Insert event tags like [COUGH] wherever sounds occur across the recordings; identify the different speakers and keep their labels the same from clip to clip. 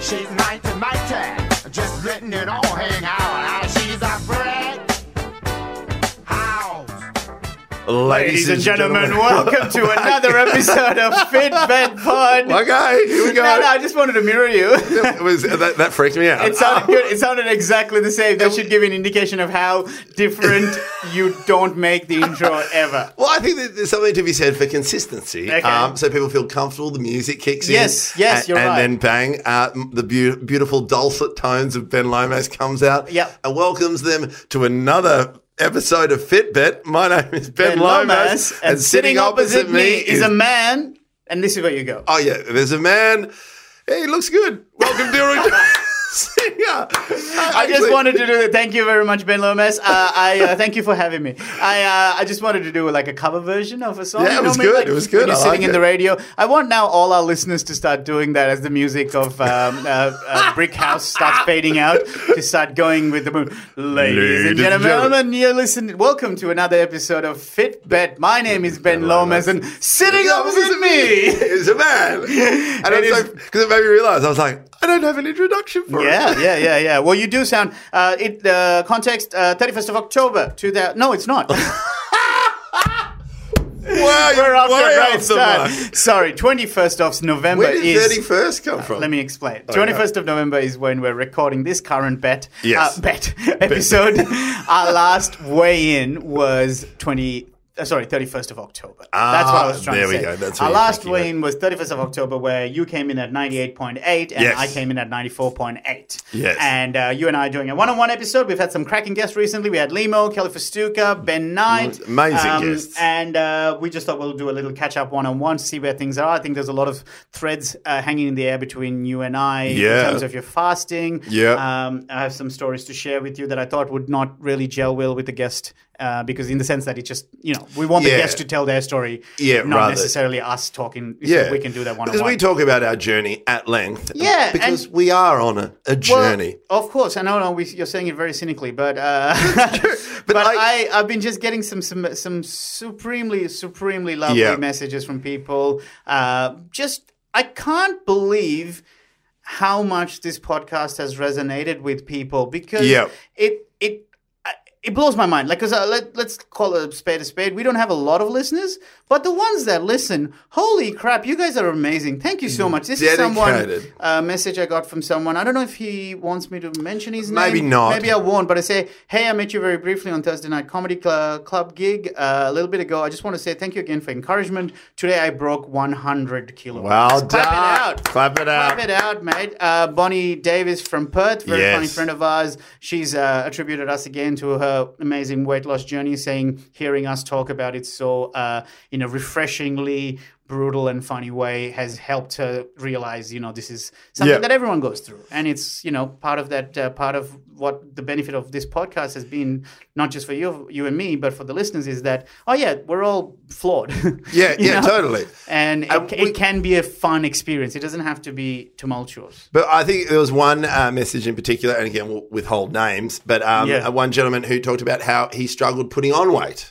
Speaker 1: She's mine to my tag. Just letting it all hang out. Ah, She's a friend. House.
Speaker 2: Ladies and gentlemen,
Speaker 3: [LAUGHS]
Speaker 2: welcome to another episode of [LAUGHS] Fit Bed Pod.
Speaker 3: Okay, here we go.
Speaker 2: No, no, I just wanted to mirror [LAUGHS] you.
Speaker 3: It was- [LAUGHS] uh, that, that freaked me out. Um,
Speaker 2: It sounded good. It sounded exactly the same. That should give an indication of how different [LAUGHS] you don't make the intro ever.
Speaker 3: Well, I think that there's something to be said for consistency. um,
Speaker 2: Okay.
Speaker 3: so people feel comfortable, the music kicks
Speaker 2: Yes,
Speaker 3: in.
Speaker 2: yes,
Speaker 3: and,
Speaker 2: you're
Speaker 3: And
Speaker 2: right.
Speaker 3: then bang, uh, m- the beau- beautiful dulcet tones of Ben Lomas comes out
Speaker 2: Yep.
Speaker 3: and welcomes them to another episode of Fitbit. My name is Ben,
Speaker 2: And
Speaker 3: Lomas,
Speaker 2: Lomas, and, sitting opposite me is a man, and this is where you go.
Speaker 3: Oh, yeah, there's a man. Hey, he looks good. Welcome [LAUGHS]
Speaker 2: [LAUGHS]
Speaker 3: to Singer.
Speaker 2: I just wanted to do. Thank you very much, Ben Lomas. Uh, I uh, thank you for having me. I uh, I just wanted to do like a cover version of a song.
Speaker 3: Yeah, it
Speaker 2: you know,
Speaker 3: was
Speaker 2: maybe,
Speaker 3: good.
Speaker 2: like,
Speaker 3: It was good.
Speaker 2: When you're
Speaker 3: I
Speaker 2: sitting
Speaker 3: like
Speaker 2: in the
Speaker 3: it.
Speaker 2: radio. I want now all our listeners to start doing that as the music of um, uh, uh, Brick House [LAUGHS] starts fading out to start going with the moon. Ladies, and
Speaker 3: Ladies and
Speaker 2: gentlemen,
Speaker 3: gentlemen.
Speaker 2: you listen. Welcome to another episode of Fitbet. My name is Ben Lomas, and sitting opposite [LAUGHS] me.
Speaker 3: is a man. And
Speaker 2: It
Speaker 3: it's
Speaker 2: is-
Speaker 3: like, because it made me realize, I was like, I don't have an introduction for it.
Speaker 2: Yeah, yeah, yeah, yeah. Well, you do sound. Uh, it uh, context thirty first of October. To that, no, it's [LAUGHS] not.
Speaker 3: Wow,
Speaker 2: We're
Speaker 3: you're
Speaker 2: off
Speaker 3: [LAUGHS]
Speaker 2: to
Speaker 3: way
Speaker 2: a
Speaker 3: off
Speaker 2: great
Speaker 3: the
Speaker 2: start.
Speaker 3: mark.
Speaker 2: Sorry, 21st of November
Speaker 3: Where did
Speaker 2: is.
Speaker 3: thirty first come from? Oh,
Speaker 2: Let me explain.
Speaker 3: Okay.
Speaker 2: 21st of November is when we're recording this current bet.
Speaker 3: Yes.
Speaker 2: Uh,
Speaker 3: [LAUGHS]
Speaker 2: bet episode. [LAUGHS] Our last weigh in was 20. Uh, sorry, 31st of October. That's what I was
Speaker 3: Ah,
Speaker 2: trying
Speaker 3: there
Speaker 2: to
Speaker 3: we
Speaker 2: say.
Speaker 3: go. That's what
Speaker 2: Our
Speaker 3: you're
Speaker 2: last
Speaker 3: thinking about.
Speaker 2: weigh in was 31st of October, where you came in at 98.8 and
Speaker 3: Yes.
Speaker 2: I came in at 94.8.
Speaker 3: Yes.
Speaker 2: And uh, you and I are doing a one on one episode. We've had some cracking guests recently. We had Limo, Kelly Festuca, Ben Knight. um,
Speaker 3: Amazing guests.
Speaker 2: And uh, we just thought we'll do a little catch up one on one to see where things are. I think there's a lot of threads uh, hanging in the air between you and I in
Speaker 3: Yeah.
Speaker 2: terms of your fasting.
Speaker 3: Yeah.
Speaker 2: Um, I have some stories to share with you that I thought would not really gel well with the guest uh, because, in the sense that it just, you know, we want the
Speaker 3: Yeah.
Speaker 2: guest to tell their story,
Speaker 3: Yeah,
Speaker 2: not
Speaker 3: rather-
Speaker 2: necessarily us talking. Yeah.
Speaker 3: yeah,
Speaker 2: we can do that one on
Speaker 3: because we
Speaker 2: one.
Speaker 3: talk about our journey at length. uh,
Speaker 2: Yeah,
Speaker 3: because
Speaker 2: and-
Speaker 3: we are on a, a journey.
Speaker 2: Well, of course, I know. No, we, you're saying it very cynically, but uh,
Speaker 3: [LAUGHS]
Speaker 2: but,
Speaker 3: But
Speaker 2: I,
Speaker 3: I-
Speaker 2: I have been just getting some some some supremely supremely lovely
Speaker 3: Yeah.
Speaker 2: messages from people. Uh, just I can't believe how much this podcast has resonated with people because
Speaker 3: Yeah.
Speaker 2: it it I- it blows my mind. Like, cause uh, let let's call a spade a spade. We don't have a lot of listeners, but the ones that listen, holy crap, you guys are amazing. Thank you so much. This is
Speaker 3: Mm-hmm. Dedicated.
Speaker 2: someone a message I got from someone. I don't know if he wants me to mention his name.
Speaker 3: Maybe not.
Speaker 2: Maybe I won't. But I say, hey, I met you very briefly on Thursday night comedy cl- club gig uh, a little bit ago. I just want to say thank you again for encouragement. Today I broke 100 kilos.
Speaker 3: Well
Speaker 2: Clap it out.
Speaker 3: Clap it out.
Speaker 2: Clap it out, mate. Uh, Bonnie Davis from Perth, very
Speaker 3: Yes.
Speaker 2: funny friend of ours. She's uh, attributed us again to her amazing weight loss journey, saying hearing us talk about it so uh, in a refreshingly brutal and funny way has helped her realize you know this is something
Speaker 3: Yeah.
Speaker 2: that everyone goes through and it's you know part of that uh, part of what the benefit of this podcast has been not just for you you and me but for the listeners is that oh yeah we're all flawed [LAUGHS]
Speaker 3: Yeah,
Speaker 2: You
Speaker 3: yeah,
Speaker 2: know?
Speaker 3: totally.
Speaker 2: and it,
Speaker 3: And we-
Speaker 2: it can be a fun experience. It doesn't have to be tumultuous.
Speaker 3: But I think there was one uh, message in particular, and again, we'll withhold names, but um,
Speaker 2: Yeah.
Speaker 3: uh, one gentleman who talked about how he struggled putting on weight.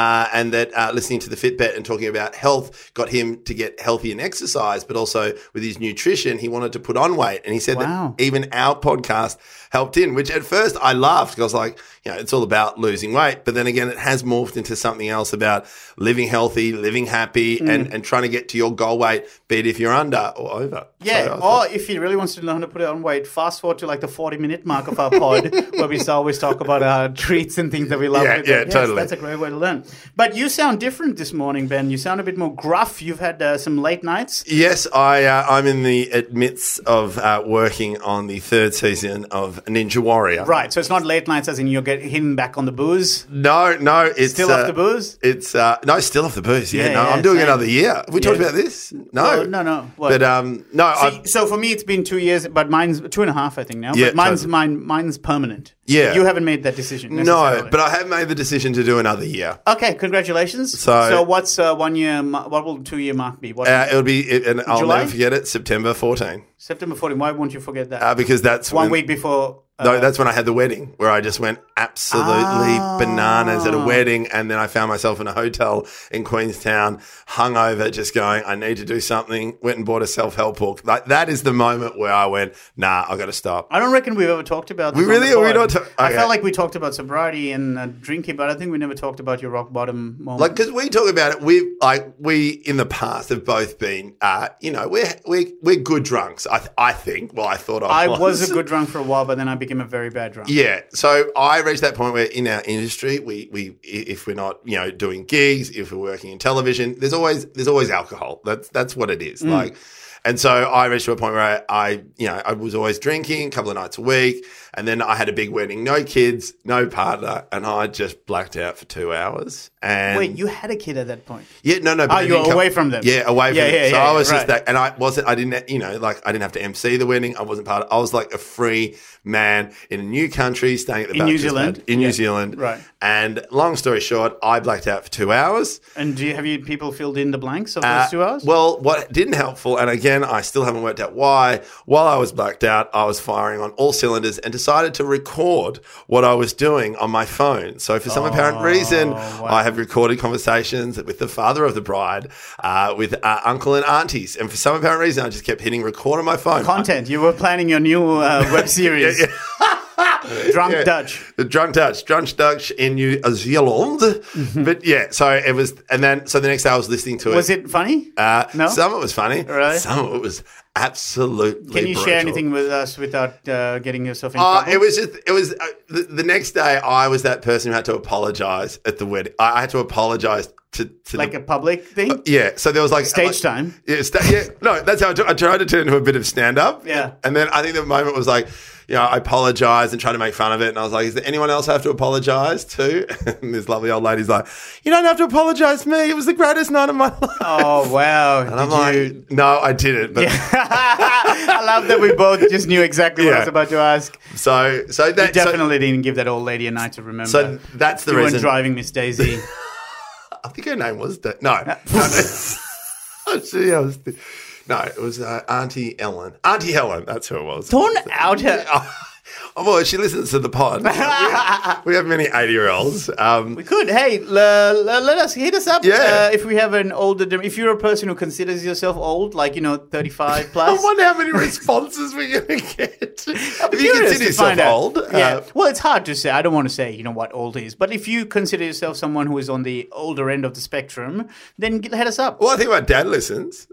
Speaker 3: Uh, and that uh, listening to the Fitbit and talking about health got him to get healthy and exercise, but also with his nutrition, he wanted to put on weight. And he said
Speaker 2: Wow.
Speaker 3: that even our podcast helped in, which at first I laughed because I was like, you know, it's all about losing weight. But then again, it has morphed into something else about living healthy, living happy,
Speaker 2: Mm.
Speaker 3: and, and trying to get to your goal weight, be it if you're under or over. So I
Speaker 2: Yeah,
Speaker 3: thought-
Speaker 2: or if you really wants to know how to put it on weight, fast forward to like the forty-minute mark of our
Speaker 3: [LAUGHS]
Speaker 2: pod, where we always talk about our treats and things that we love.
Speaker 3: Yeah,
Speaker 2: with
Speaker 3: yeah,
Speaker 2: it. Yes,
Speaker 3: totally.
Speaker 2: That's a great way to learn. But you sound different this morning, Ben. You sound a bit more gruff. You've had uh, some late nights.
Speaker 3: Yes, I uh, I'm in the midst of uh, working on the third season of Ninja Warrior.
Speaker 2: Right, so it's not late nights as in you're getting hidden back on the booze.
Speaker 3: No, no, it's
Speaker 2: Still off the booze?
Speaker 3: It's uh, no, still off the booze. Yeah,
Speaker 2: Yeah,
Speaker 3: no,
Speaker 2: yeah,
Speaker 3: I'm doing
Speaker 2: same.
Speaker 3: another year. Have we talked
Speaker 2: Yeah.
Speaker 3: about this? No,
Speaker 2: Well, no, no. What?
Speaker 3: But um, no,
Speaker 2: See,
Speaker 3: I,
Speaker 2: so for me, it's been two years, but mine's two and a half, I think now.
Speaker 3: Yeah,
Speaker 2: but mine's
Speaker 3: totally.
Speaker 2: mine, mine's permanent.
Speaker 3: Yeah.
Speaker 2: you haven't made that decision.
Speaker 3: no,
Speaker 2: necessarily.
Speaker 3: but I have made the decision to do another year.
Speaker 2: Okay, congratulations. So,
Speaker 3: So-
Speaker 2: what's uh, one year? ma- What will two year mark be? What
Speaker 3: Uh, it'll be, it, and I'll
Speaker 2: July?
Speaker 3: never forget it. September 14,
Speaker 2: September 14. Why won't you forget that?
Speaker 3: uh, because that's
Speaker 2: one
Speaker 3: when-
Speaker 2: week before
Speaker 3: No, that's when I had the wedding where I just went absolutely bananas at a wedding. And then I found myself in a hotel in Queenstown, hungover, just going, I need to do something. Went and bought a self help book. Like, that is the moment where I went, nah, I got to stop.
Speaker 2: I don't reckon we've ever talked about. This
Speaker 3: We really-
Speaker 2: on the
Speaker 3: we
Speaker 2: pod.
Speaker 3: don't talk-
Speaker 2: I
Speaker 3: okay.
Speaker 2: felt like we talked about sobriety and uh, drinking, but I think we never talked about your rock bottom moment.
Speaker 3: Like, because we talk about it, we like we in the past have both been, uh, you know, we're we're we're good drunks. I I think. Well, I thought I
Speaker 2: I
Speaker 3: was.
Speaker 2: was a good drunk for a while, but then I became a very bad drunk.
Speaker 3: Yeah. So I reached that point where in our industry, we we i- if we're not you know doing gigs, if we're working in television, there's always there's always alcohol. That's that's what it is.
Speaker 2: Mm.
Speaker 3: Like, and so I reached to a point where I, I you know I was always drinking a couple of nights a week, and then I had a big wedding, no kids, no partner, and I just blacked out for two hours. And
Speaker 2: Wait, you had a kid at that point.
Speaker 3: yeah, no, no. but
Speaker 2: Oh,
Speaker 3: I
Speaker 2: you were
Speaker 3: didn't come-
Speaker 2: away from them.
Speaker 3: Yeah, away from
Speaker 2: Yeah,
Speaker 3: them.
Speaker 2: yeah,
Speaker 3: so
Speaker 2: yeah,
Speaker 3: I was just
Speaker 2: right.
Speaker 3: that, and I wasn't. I didn't, you know, like I didn't have to MC the wedding. I wasn't part. of I was like a free man in a new country, staying at the
Speaker 2: In New
Speaker 3: Baptist
Speaker 2: Zealand?
Speaker 3: Band- in
Speaker 2: Yeah,
Speaker 3: New Zealand,
Speaker 2: right.
Speaker 3: And long story short, I blacked out for two hours.
Speaker 2: And do you, have you people filled in the blanks of those
Speaker 3: Uh,
Speaker 2: two hours?
Speaker 3: Well, what didn't helpful, and again, I still haven't worked out why. While I was blacked out, I was firing on all cylinders and decided to record what I was doing on my phone. So, for some
Speaker 2: Oh,
Speaker 3: apparent reason, I have recorded conversations with the father of the bride, uh, with uh, uncle and aunties, and for some apparent reason, I just kept hitting record on my phone.
Speaker 2: content. You were planning your new uh, web series, Drunk
Speaker 3: [LAUGHS] Yeah.
Speaker 2: Dutch.
Speaker 3: The drunk Dutch, drunk Dutch in New Zealand, but yeah. So it was, and then so the next day I was listening to it.
Speaker 2: Mm-hmm. Was it funny?
Speaker 3: Uh,
Speaker 2: No?
Speaker 3: Some of it was funny.
Speaker 2: Really?
Speaker 3: Some of it was absolutely.
Speaker 2: Can you share
Speaker 3: brutal.
Speaker 2: anything with us without uh, getting yourself in
Speaker 3: Uh,
Speaker 2: trouble?
Speaker 3: it was just, it was uh, the, the next day. I was that person who had to apologize at the wedding. I I had to apologize to, to
Speaker 2: like
Speaker 3: the,
Speaker 2: a public thing.
Speaker 3: Uh, yeah. So there was like
Speaker 2: Stage
Speaker 3: like-
Speaker 2: time.
Speaker 3: Yeah, sta- yeah. No, that's how I, t- I tried to turn into a bit of stand up.
Speaker 2: Yeah.
Speaker 3: And then I think the moment was like, you know, I apologized and tried to make fun of it. And I was like, is there anyone else I have to apologize to? [LAUGHS] And this lovely old lady's like, you don't have to apologize to me. It was the greatest night of my [LAUGHS] life.
Speaker 2: Oh wow!
Speaker 3: [LAUGHS]
Speaker 2: Did
Speaker 3: And I'm
Speaker 2: you?
Speaker 3: like, no, I didn't. But
Speaker 2: [LAUGHS] I love that we both just knew exactly what I was
Speaker 3: Yeah.
Speaker 2: about to ask.
Speaker 3: so, so that, so-
Speaker 2: Definitely didn't give that old lady a night to remember.
Speaker 3: So that's the
Speaker 2: you weren't
Speaker 3: reason.
Speaker 2: driving Miss
Speaker 3: [LAUGHS]
Speaker 2: Daisy.
Speaker 3: I think her name was da- no. no, [LAUGHS] no. [LAUGHS] She- I was th- no, it was uh, Auntie Ellen. Auntie Helen, that's who it was.
Speaker 2: Don't out her.
Speaker 3: [LAUGHS] Oh, well, she listens to the pod. we, have, we have many eighty-year-olds. Um,
Speaker 2: [LAUGHS] We could. Hey, l- l- let us hit us up.
Speaker 3: Yeah.
Speaker 2: Uh, if we have an older, dem- if you're a person who considers yourself old, like you know,
Speaker 3: [LAUGHS]
Speaker 2: 35
Speaker 3: I
Speaker 2: plus.
Speaker 3: wonder how many responses we're going to
Speaker 2: [LAUGHS]
Speaker 3: get. I'm if you
Speaker 2: curious
Speaker 3: consider
Speaker 2: to
Speaker 3: yourself
Speaker 2: find out.
Speaker 3: old,
Speaker 2: yeah.
Speaker 3: uh,
Speaker 2: well, it's hard to say. I don't want to say, you know, what old is. But if you consider yourself someone who is on the older end of the spectrum, then get, head us up.
Speaker 3: well, I think my dad listens.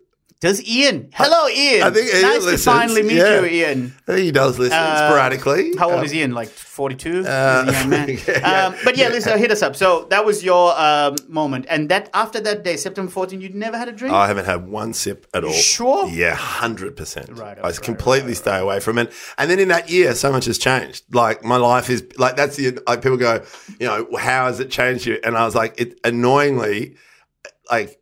Speaker 2: Does Ian? Hello, Ian.
Speaker 3: I think Ian
Speaker 2: nice
Speaker 3: listens.
Speaker 2: to finally meet
Speaker 3: Yeah.
Speaker 2: you, Ian.
Speaker 3: I think he does listen
Speaker 2: Uh,
Speaker 3: sporadically.
Speaker 2: How old
Speaker 3: Uh,
Speaker 2: is Ian? Like 42?
Speaker 3: uh, [LAUGHS]
Speaker 2: He's a young man.
Speaker 3: yeah, yeah.
Speaker 2: um, but yeah, listen, hit us up. So that was your um, moment. And that after that day, September 14, you'd never had a drink?
Speaker 3: I haven't had one sip at all.
Speaker 2: sure?
Speaker 3: Yeah, hundred percent.
Speaker 2: Right,
Speaker 3: I
Speaker 2: right,
Speaker 3: completely stay away from it. And then in that year, so much has changed. Like my life is like that's the like people go, you know, how has it changed you? And I was like, it annoyingly, like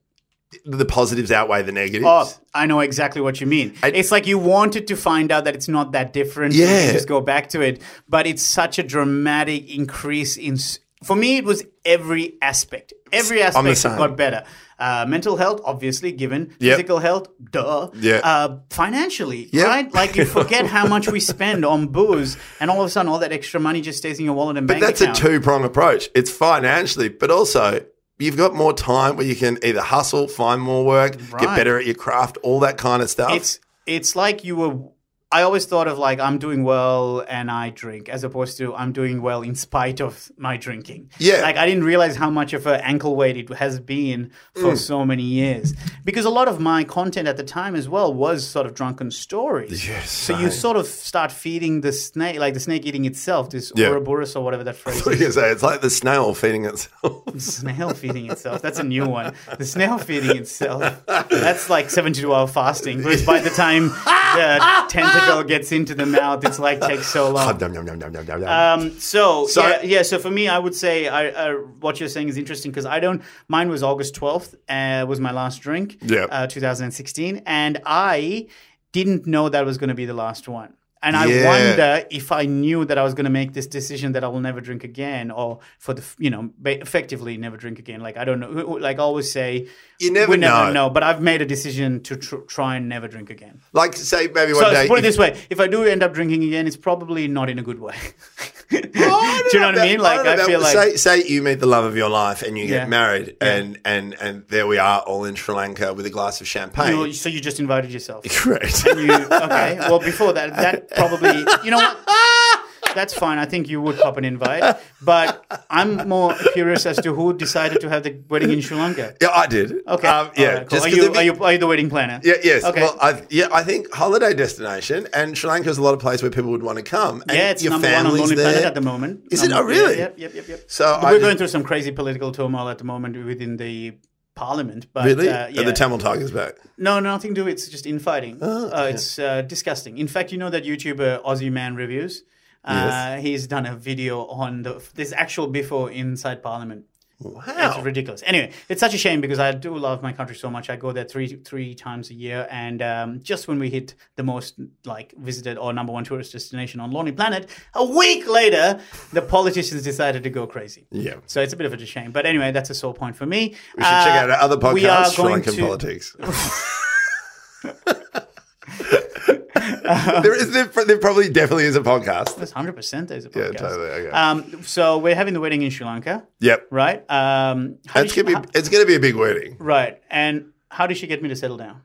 Speaker 3: the positives outweigh the negatives.
Speaker 2: Oh, I know exactly what you mean.
Speaker 3: I-
Speaker 2: it's like you wanted to find out that it's not that different. so you
Speaker 3: Yeah.
Speaker 2: just go back to it. But it's such a dramatic increase in. s- For me, it was every aspect. Every
Speaker 3: I'm the
Speaker 2: aspect
Speaker 3: same.
Speaker 2: got better. Uh, mental health, obviously, given.
Speaker 3: Yep.
Speaker 2: Physical health, duh.
Speaker 3: Yeah.
Speaker 2: Uh, financially,
Speaker 3: Yeah.
Speaker 2: right? Like you forget how much we spend on booze, and all of a sudden, all that extra money just stays in your wallet and
Speaker 3: But
Speaker 2: bank
Speaker 3: that's
Speaker 2: account.
Speaker 3: a two prong approach. It's financially, but also you've got more time where you can either hustle, find more work, get
Speaker 2: Right.
Speaker 3: better at your craft, all that kind of stuff.
Speaker 2: it's it's like you were I always thought of like I'm doing well and I drink as opposed to I'm doing well in spite of my drinking.
Speaker 3: Yeah.
Speaker 2: Like I didn't realize how much of an ankle weight it has been
Speaker 3: Mm.
Speaker 2: for so many years. Because a lot of my content at the time as well was sort of drunken stories.
Speaker 3: Yes,
Speaker 2: So you
Speaker 3: same.
Speaker 2: sort of start feeding the snake like the snake eating itself, this
Speaker 3: Yeah.
Speaker 2: Ouroboros or whatever
Speaker 3: [LAUGHS]
Speaker 2: that phrase
Speaker 3: what
Speaker 2: is.
Speaker 3: do you say? It's [LAUGHS] like the snail feeding itself. [LAUGHS]
Speaker 2: Snail feeding itself. That's a new one. The snail feeding itself. That's like 72 hour fasting. Because by the time the tentacle gets into the mouth, it's like takes so long.
Speaker 3: Nom, nom, nom, nom, nom, nom, nom.
Speaker 2: Um, so,
Speaker 3: So-
Speaker 2: yeah, yeah, so for me, I would say I, uh, what you're saying is interesting because I don't. Mine was August 12th, uh, was my last drink,
Speaker 3: Yeah.
Speaker 2: uh, 2016, and I didn't know that was going to be the last one. And I
Speaker 3: Yeah.
Speaker 2: wonder if I knew that I was going to make this decision that I will never drink again, or for the f- you know ba- effectively never drink again. Like I don't know. Like I always say,
Speaker 3: You never
Speaker 2: we never
Speaker 3: know.
Speaker 2: know. But I've made a decision to tr- try and never drink again.
Speaker 3: Like, say, maybe one
Speaker 2: So
Speaker 3: day.
Speaker 2: put
Speaker 3: if-
Speaker 2: it this [LAUGHS] way: if I do end up drinking again, it's probably not in a good way. do you know
Speaker 3: I don't
Speaker 2: what I
Speaker 3: about-
Speaker 2: mean? Like
Speaker 3: don't know
Speaker 2: I
Speaker 3: about-
Speaker 2: feel like
Speaker 3: say, say you meet the love of your life and you
Speaker 2: Yeah.
Speaker 3: get married, and and and there we are, all in Sri Lanka with a glass of champagne.
Speaker 2: you so you just invited
Speaker 3: [LAUGHS]
Speaker 2: yourself.
Speaker 3: Correct.
Speaker 2: You, okay. Well, before that, that probably you know
Speaker 3: [LAUGHS]
Speaker 2: what. That's fine. I think you would cop an invite, but I'm more curious as to who decided to have the wedding in Sri Lanka.
Speaker 3: yeah, I did.
Speaker 2: Okay.
Speaker 3: Um, yeah.
Speaker 2: All right, cool.
Speaker 3: just
Speaker 2: are,
Speaker 3: 'cause
Speaker 2: you,
Speaker 3: if
Speaker 2: are you are you the wedding planner?
Speaker 3: Yeah, yes.
Speaker 2: Okay.
Speaker 3: Well, I, yeah, I think holiday destination and Sri Lanka is a lot of place where people would want to come. And
Speaker 2: yeah, it's number one on
Speaker 3: family's
Speaker 2: Lonely Planet
Speaker 3: there.
Speaker 2: at the moment.
Speaker 3: Is it?
Speaker 2: Number-
Speaker 3: Oh, really?
Speaker 2: Yep, yep, yep, yep.
Speaker 3: So
Speaker 2: But
Speaker 3: I
Speaker 2: we're
Speaker 3: just-
Speaker 2: going through some crazy political turmoil at the moment within the parliament. But
Speaker 3: Really?
Speaker 2: uh,
Speaker 3: Are
Speaker 2: yeah.
Speaker 3: the Tamil Tigers back.
Speaker 2: No, nothing to do. It's just infighting.
Speaker 3: Oh,
Speaker 2: uh, It's uh, disgusting. In fact, you know that YouTuber Aussie Man Reviews? Uh, He's done a video on the this actual before inside Parliament. It's
Speaker 3: Wow.
Speaker 2: ridiculous. Anyway, it's such a shame because I do love my country so much. I go there three three times a year, and um, just when we hit the most like visited or number one tourist destination on Lonely Planet, a week later, the politicians decided to go crazy.
Speaker 3: Yeah.
Speaker 2: So it's a bit of a shame. But anyway, that's a sore point for me. Uh,
Speaker 3: We should check out our other
Speaker 2: we are
Speaker 3: podcast, Sri
Speaker 2: going
Speaker 3: Lankan
Speaker 2: to- [LAUGHS]
Speaker 3: politics. there is there, there probably definitely is a podcast.
Speaker 2: That's hundred percent. There's a
Speaker 3: Yeah,
Speaker 2: podcast.
Speaker 3: totally. Okay.
Speaker 2: Um, so we're having the wedding in Sri Lanka,
Speaker 3: yep.
Speaker 2: right? Um, how did
Speaker 3: It's
Speaker 2: she-
Speaker 3: gonna be
Speaker 2: how-
Speaker 3: it's gonna be a big wedding.
Speaker 2: right. And how did she get me to
Speaker 3: [LAUGHS]
Speaker 2: settle down?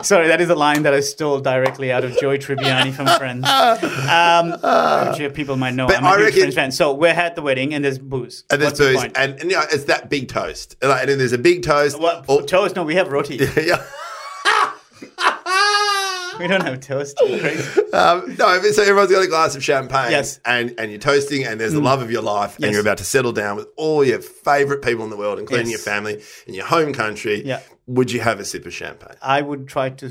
Speaker 2: Sorry, that is a line that I stole directly out of Joy Tribbiani from Friends. Um, which people might know. I'm a
Speaker 3: I
Speaker 2: huge
Speaker 3: reckon-
Speaker 2: Friends fan. So we're at the wedding and there's booze.
Speaker 3: And there's
Speaker 2: What's the
Speaker 3: booze,
Speaker 2: point?
Speaker 3: and, and you know, it's that big toast. And, like, and then there's a big toast.
Speaker 2: What,
Speaker 3: All-
Speaker 2: toast? No, we have roti.
Speaker 3: Oh. [LAUGHS] yeah.
Speaker 2: we don't have toast. You're crazy.
Speaker 3: Um, no, but so everyone's got a glass of champagne.
Speaker 2: Yes. Mm.
Speaker 3: And, and you're toasting, and there's the love of your life,
Speaker 2: Yes.
Speaker 3: and you're about to settle down with all your favorite people in the world, including
Speaker 2: Yes.
Speaker 3: your family and your home country.
Speaker 2: Yeah.
Speaker 3: Would you have a sip of champagne?
Speaker 2: I would try to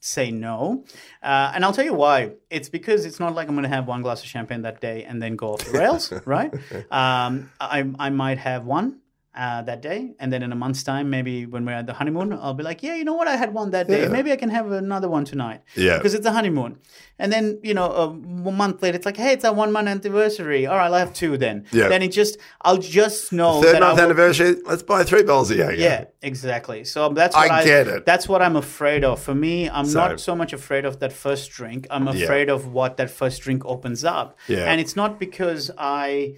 Speaker 2: say no. Uh, and I'll tell you why. It's because it's not like I'm going to have one glass of champagne that day and then go off
Speaker 3: [LAUGHS]
Speaker 2: the rails, right? Um, I, I might have one. Uh, that day, and then in a month's time, maybe when we're at the honeymoon, I'll be like, "Yeah, you know what? I had one that day.
Speaker 3: Yeah.
Speaker 2: Maybe I can have another one tonight."
Speaker 3: Yeah.
Speaker 2: because it's a honeymoon. And then you know, a month later, it's like, "Hey, it's our one month anniversary. All right, I'll have two then."
Speaker 3: Yeah.
Speaker 2: Then it just, I'll just know
Speaker 3: Third
Speaker 2: that I
Speaker 3: month
Speaker 2: will-
Speaker 3: anniversary, let's buy three bowls of Jaeger.
Speaker 2: yeah, exactly. So um, that's
Speaker 3: I
Speaker 2: what I,
Speaker 3: get it.
Speaker 2: That's what I'm afraid of. For me, I'm
Speaker 3: So-
Speaker 2: not so much afraid of that first drink. I'm afraid of what that first drink opens up.
Speaker 3: Yeah.
Speaker 2: And it's not because I,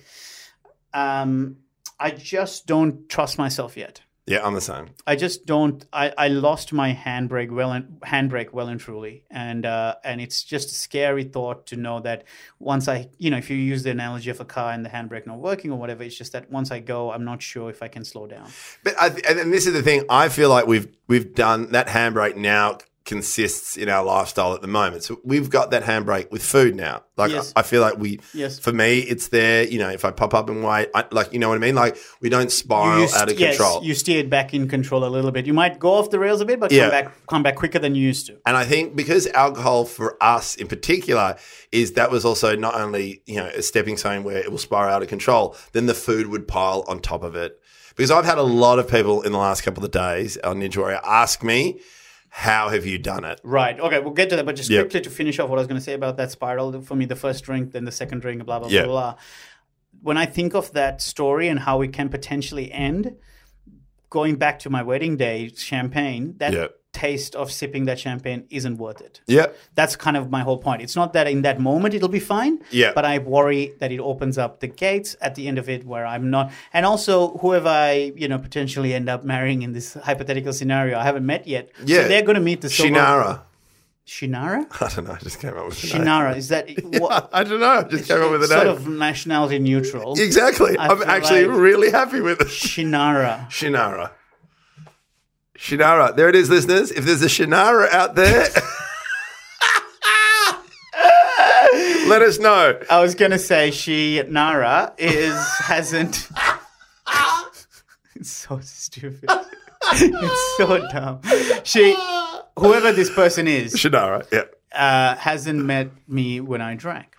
Speaker 2: um, I just don't trust myself yet.
Speaker 3: Yeah, I'm the same.
Speaker 2: I just don't. I, I lost my handbrake well and handbrake well and truly, and uh, and it's just a scary thought to know that once I, you know, if you use the analogy of a car and the handbrake not working or whatever, it's just that once I go, I'm not sure if I can slow down.
Speaker 3: But I, th- and and this is the thing. I feel like we've we've done that handbrake now consists in our lifestyle at the moment. So we've got that handbrake with food now. Like
Speaker 2: Yes.
Speaker 3: I, I feel like we.
Speaker 2: Yes.
Speaker 3: For me, it's there. You know, if I pop up and wait, I, like you know what I mean. Like we don't spiral
Speaker 2: st-
Speaker 3: out of
Speaker 2: yes,
Speaker 3: control.
Speaker 2: you steered back in control a little bit. You might go off the rails a bit, but
Speaker 3: Yeah.
Speaker 2: come back come back quicker than you used to.
Speaker 3: and I think because alcohol for us in particular is that was also not only you know a stepping stone where it will spiral out of control, then the food would pile on top of it. Because I've had a lot of people in the last couple of days on Ninja Warrior ask me, "How have you done it?"
Speaker 2: Right. Okay, we'll get to that, but just
Speaker 3: Yep.
Speaker 2: quickly to finish off what I was going to say about that spiral. For me, the first drink, then the second drink, blah blah
Speaker 3: Yeah.
Speaker 2: blah blah. When I think of that story and how it can potentially end, going back to my wedding day champagne, that
Speaker 3: Yep.
Speaker 2: taste of sipping that champagne isn't worth it.
Speaker 3: Yep.
Speaker 2: That's kind of my whole point. It's not that in that moment it'll be fine,
Speaker 3: Yeah.
Speaker 2: but I worry that it opens up the gates at the end of it where I'm not. And also, whoever I, you know, potentially end up marrying in this hypothetical scenario, I haven't met yet.
Speaker 3: Yeah.
Speaker 2: So they're going to meet the silver-
Speaker 3: Shinara. [LAUGHS]
Speaker 2: Shinara?
Speaker 3: I don't know. I just came up with a name. [LAUGHS]
Speaker 2: Shinara. Is that what?
Speaker 3: I don't know. I just came up with a
Speaker 2: sort
Speaker 3: name.
Speaker 2: of nationality neutral?
Speaker 3: exactly.
Speaker 2: I
Speaker 3: I'm
Speaker 2: feel
Speaker 3: actually
Speaker 2: like-
Speaker 3: really happy with it.
Speaker 2: Shinara.
Speaker 3: Shinara. Shinara. There it is, listeners. If there's a Shinara out there, [LAUGHS] let us know.
Speaker 2: I was going to say she Nara is
Speaker 3: [LAUGHS]
Speaker 2: hasn't. it's so
Speaker 3: [LAUGHS]
Speaker 2: stupid. it's so dumb. She, whoever this person is,
Speaker 3: Shinara. Yeah.
Speaker 2: uh, hasn't met me when I drank.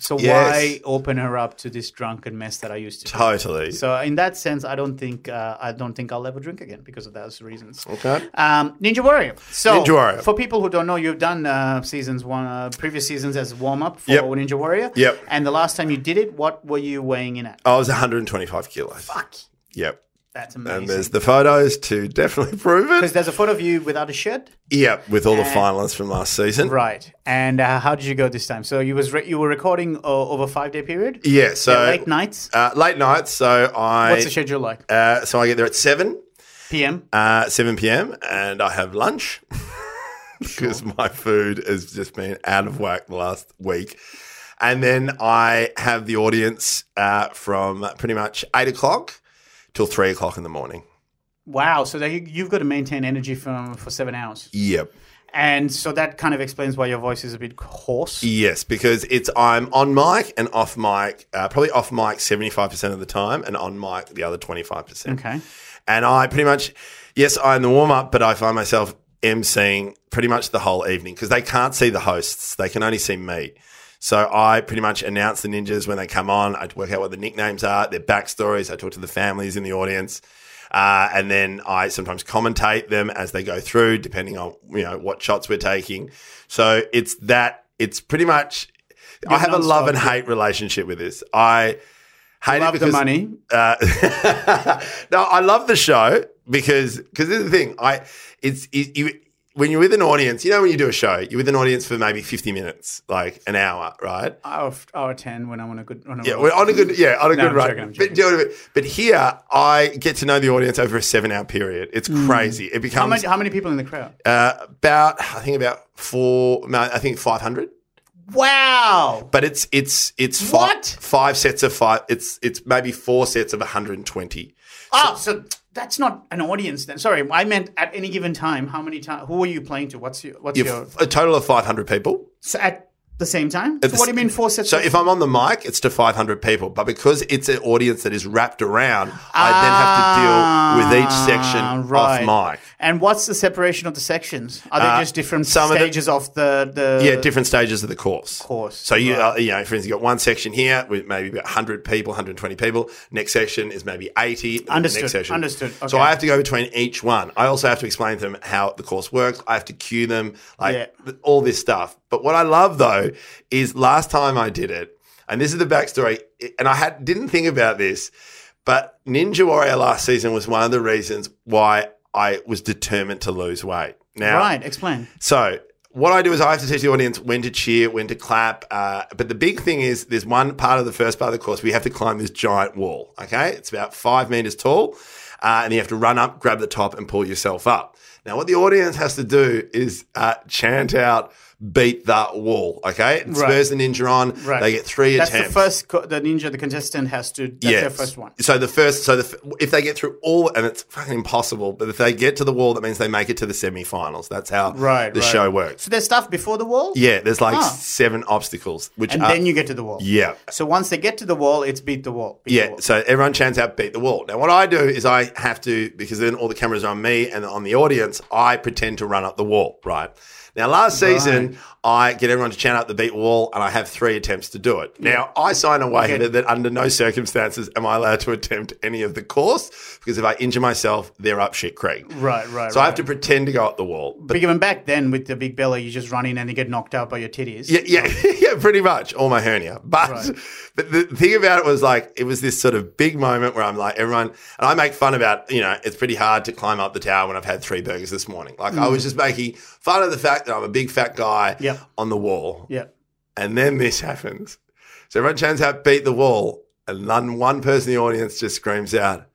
Speaker 2: So
Speaker 3: Yes.
Speaker 2: why open her up to this drunken mess that I used to? be?
Speaker 3: Totally.
Speaker 2: So in that sense, I don't think uh, I don't think I'll ever drink again because of those reasons.
Speaker 3: Okay.
Speaker 2: Um, Ninja Warrior. So
Speaker 3: Ninja Warrior.
Speaker 2: for people who don't know, you've done uh, seasons one, uh, previous seasons as warm up for
Speaker 3: Yep.
Speaker 2: Ninja Warrior.
Speaker 3: Yep.
Speaker 2: And the last time you did it, what were you weighing in at?
Speaker 3: I was 125 kilos.
Speaker 2: Fuck,
Speaker 3: Yep.
Speaker 2: that's
Speaker 3: And
Speaker 2: amazing.
Speaker 3: there's the photos to definitely prove
Speaker 2: because
Speaker 3: it.
Speaker 2: there's a photo of you without a shirt,
Speaker 3: Yep. With all the finalists from last season.
Speaker 2: right? And uh, how did you go this time? So you was re- you were recording uh, over five day period,
Speaker 3: Yeah. So
Speaker 2: Yeah, late nights.
Speaker 3: Uh, late nights. So I.
Speaker 2: What's the schedule like?
Speaker 3: uh, so I get there at seven,
Speaker 2: PM.
Speaker 3: uh, seven p.m. and I have lunch [LAUGHS] because my food has just been out of whack the last week. And then I have the audience uh, from pretty much eight o'clock till three o'clock in the morning.
Speaker 2: Wow. So that you, you've got to maintain energy for for seven hours,
Speaker 3: Yep.
Speaker 2: and so that kind of explains why your voice is a bit hoarse.
Speaker 3: Yes, because it's I'm on mic and off mic, uh, probably off mic seventy five percent of the time, and on mic the other twenty five percent.
Speaker 2: Okay.
Speaker 3: And I pretty much, yes, I'm the warm up, but I find myself emceeing pretty much the whole evening because they can't see the hosts; they can only see me. So I pretty much announce the ninjas when they come on. I work out what the nicknames are, their backstories. I talk to the families in the audience. Uh, and then I sometimes commentate them as they go through, depending on you know what shots we're taking. So it's that it's pretty much. I have a
Speaker 2: non-stop,
Speaker 3: love and
Speaker 2: yeah.
Speaker 3: hate relationship with this. I hate it
Speaker 2: Love the
Speaker 3: because
Speaker 2: money.
Speaker 3: uh, [LAUGHS] no, I love the show because because this is the thing. I it's it, you when you're with an audience. You know when you do a show, you're with an audience for maybe 50 minutes, like an hour, right?
Speaker 2: Hour, hour ten when I'm on a good. On a
Speaker 3: Yeah, we're on a good yeah on a
Speaker 2: No,
Speaker 3: good
Speaker 2: I'm
Speaker 3: run.
Speaker 2: joking, I'm
Speaker 3: but, do you know what I mean? but here I get to know the audience over a seven hour period. It's crazy. It
Speaker 2: Hmm. how
Speaker 3: becomes
Speaker 2: many? How many people in the crowd?
Speaker 3: uh, about I think about four. No, I think 500.
Speaker 2: Wow.
Speaker 3: But it's it's it's fi-
Speaker 2: What?
Speaker 3: five sets of five. It's it's maybe four sets of 120.
Speaker 2: Oh, so that's not an audience then. Sorry, I meant at any given time. How many times? Who are you playing to? What's your? What's
Speaker 3: You
Speaker 2: your?
Speaker 3: have a total of 500 people.
Speaker 2: So at the same time.
Speaker 3: At
Speaker 2: So
Speaker 3: the
Speaker 2: what do you
Speaker 3: s-
Speaker 2: mean four sets?
Speaker 3: So
Speaker 2: of-
Speaker 3: if I'm on the mic, it's to 500 people, but because it's an audience that is wrapped around, I then have to deal with each
Speaker 2: Ah,
Speaker 3: section
Speaker 2: right.
Speaker 3: off mic.
Speaker 2: and what's the separation of the sections? Are they
Speaker 3: Uh,
Speaker 2: just different
Speaker 3: some of the-
Speaker 2: stages of the the?
Speaker 3: Yeah, different stages of the course.
Speaker 2: Course,
Speaker 3: So you, uh, you know, for instance, you got one section here with maybe about 100 people, 120 people. Next section is maybe 80. and the
Speaker 2: Understood,
Speaker 3: Next section.
Speaker 2: understood, okay.
Speaker 3: So I have to go between each one. I also have to explain to them how the course works. I have to cue them, like
Speaker 2: Yeah.
Speaker 3: th- all this stuff. But what I love though is last time I did it, and this is the backstory, i- and I had didn't think about this, but Ninja Warrior last season was one of the reasons why I was determined to lose weight. Now,
Speaker 2: Right. Explain.
Speaker 3: so what I do is I have to teach the audience when to cheer, when to clap. Uh, but the big thing is there's one part of the first part of the course we have to climb this giant wall. Okay, it's about five meters tall, uh, and you have to run up, grab the top, and pull yourself up. Now, what the audience has to do is uh, chant out "Beat that wall." Okay, it
Speaker 2: Right.
Speaker 3: spurs the ninja on.
Speaker 2: Right.
Speaker 3: They get three
Speaker 2: That's
Speaker 3: attempts.
Speaker 2: the first. Co- the ninja, the contestant has to. That's
Speaker 3: Yeah,
Speaker 2: their first one.
Speaker 3: So the first, so the f- if they get through all, and it's fucking impossible, but if they get to the wall, that means they make it to the semifinals. That's how
Speaker 2: Right,
Speaker 3: the
Speaker 2: right.
Speaker 3: show works.
Speaker 2: So there's stuff before the wall.
Speaker 3: Yeah, there's like
Speaker 2: Ah.
Speaker 3: seven obstacles, which
Speaker 2: And
Speaker 3: are,
Speaker 2: then you get to the wall.
Speaker 3: Uh, yeah,
Speaker 2: So once they get to the wall, it's beat the wall. beat the
Speaker 3: yeah.
Speaker 2: wall.
Speaker 3: So everyone chants out "beat the wall." Now, what I do is I have to because then all the cameras are on me and on the audience. I pretend to run up the wall. Right now, last season I get everyone to chant out the beat wall, and I have three attempts to do it. Now I sign a waiver
Speaker 2: Okay.
Speaker 3: that under no circumstances am I allowed to attempt any of the course because if I injure myself, they're up shit creek.
Speaker 2: Right, right.
Speaker 3: So I
Speaker 2: right.
Speaker 3: have to pretend to go up the wall,
Speaker 2: But even back then, with the big belly, you just run in and you get knocked out by your titties.
Speaker 3: Yeah, yeah, [LAUGHS] yeah, pretty much. All my hernia. But,
Speaker 2: Right.
Speaker 3: but [LAUGHS] the thing about it was like, it was this sort of big moment where I'm like, everyone, and I make fun about, you know, it's pretty hard to climb up the tower when I've had three burgers this morning. Like, I was
Speaker 2: Mm.
Speaker 3: just making fun of the fact that I'm a big fat guy
Speaker 2: Yep.
Speaker 3: on the wall.
Speaker 2: Yeah.
Speaker 3: And then this [LAUGHS] happens. So everyone chants out, beat the wall. And then one person in the audience just screams out,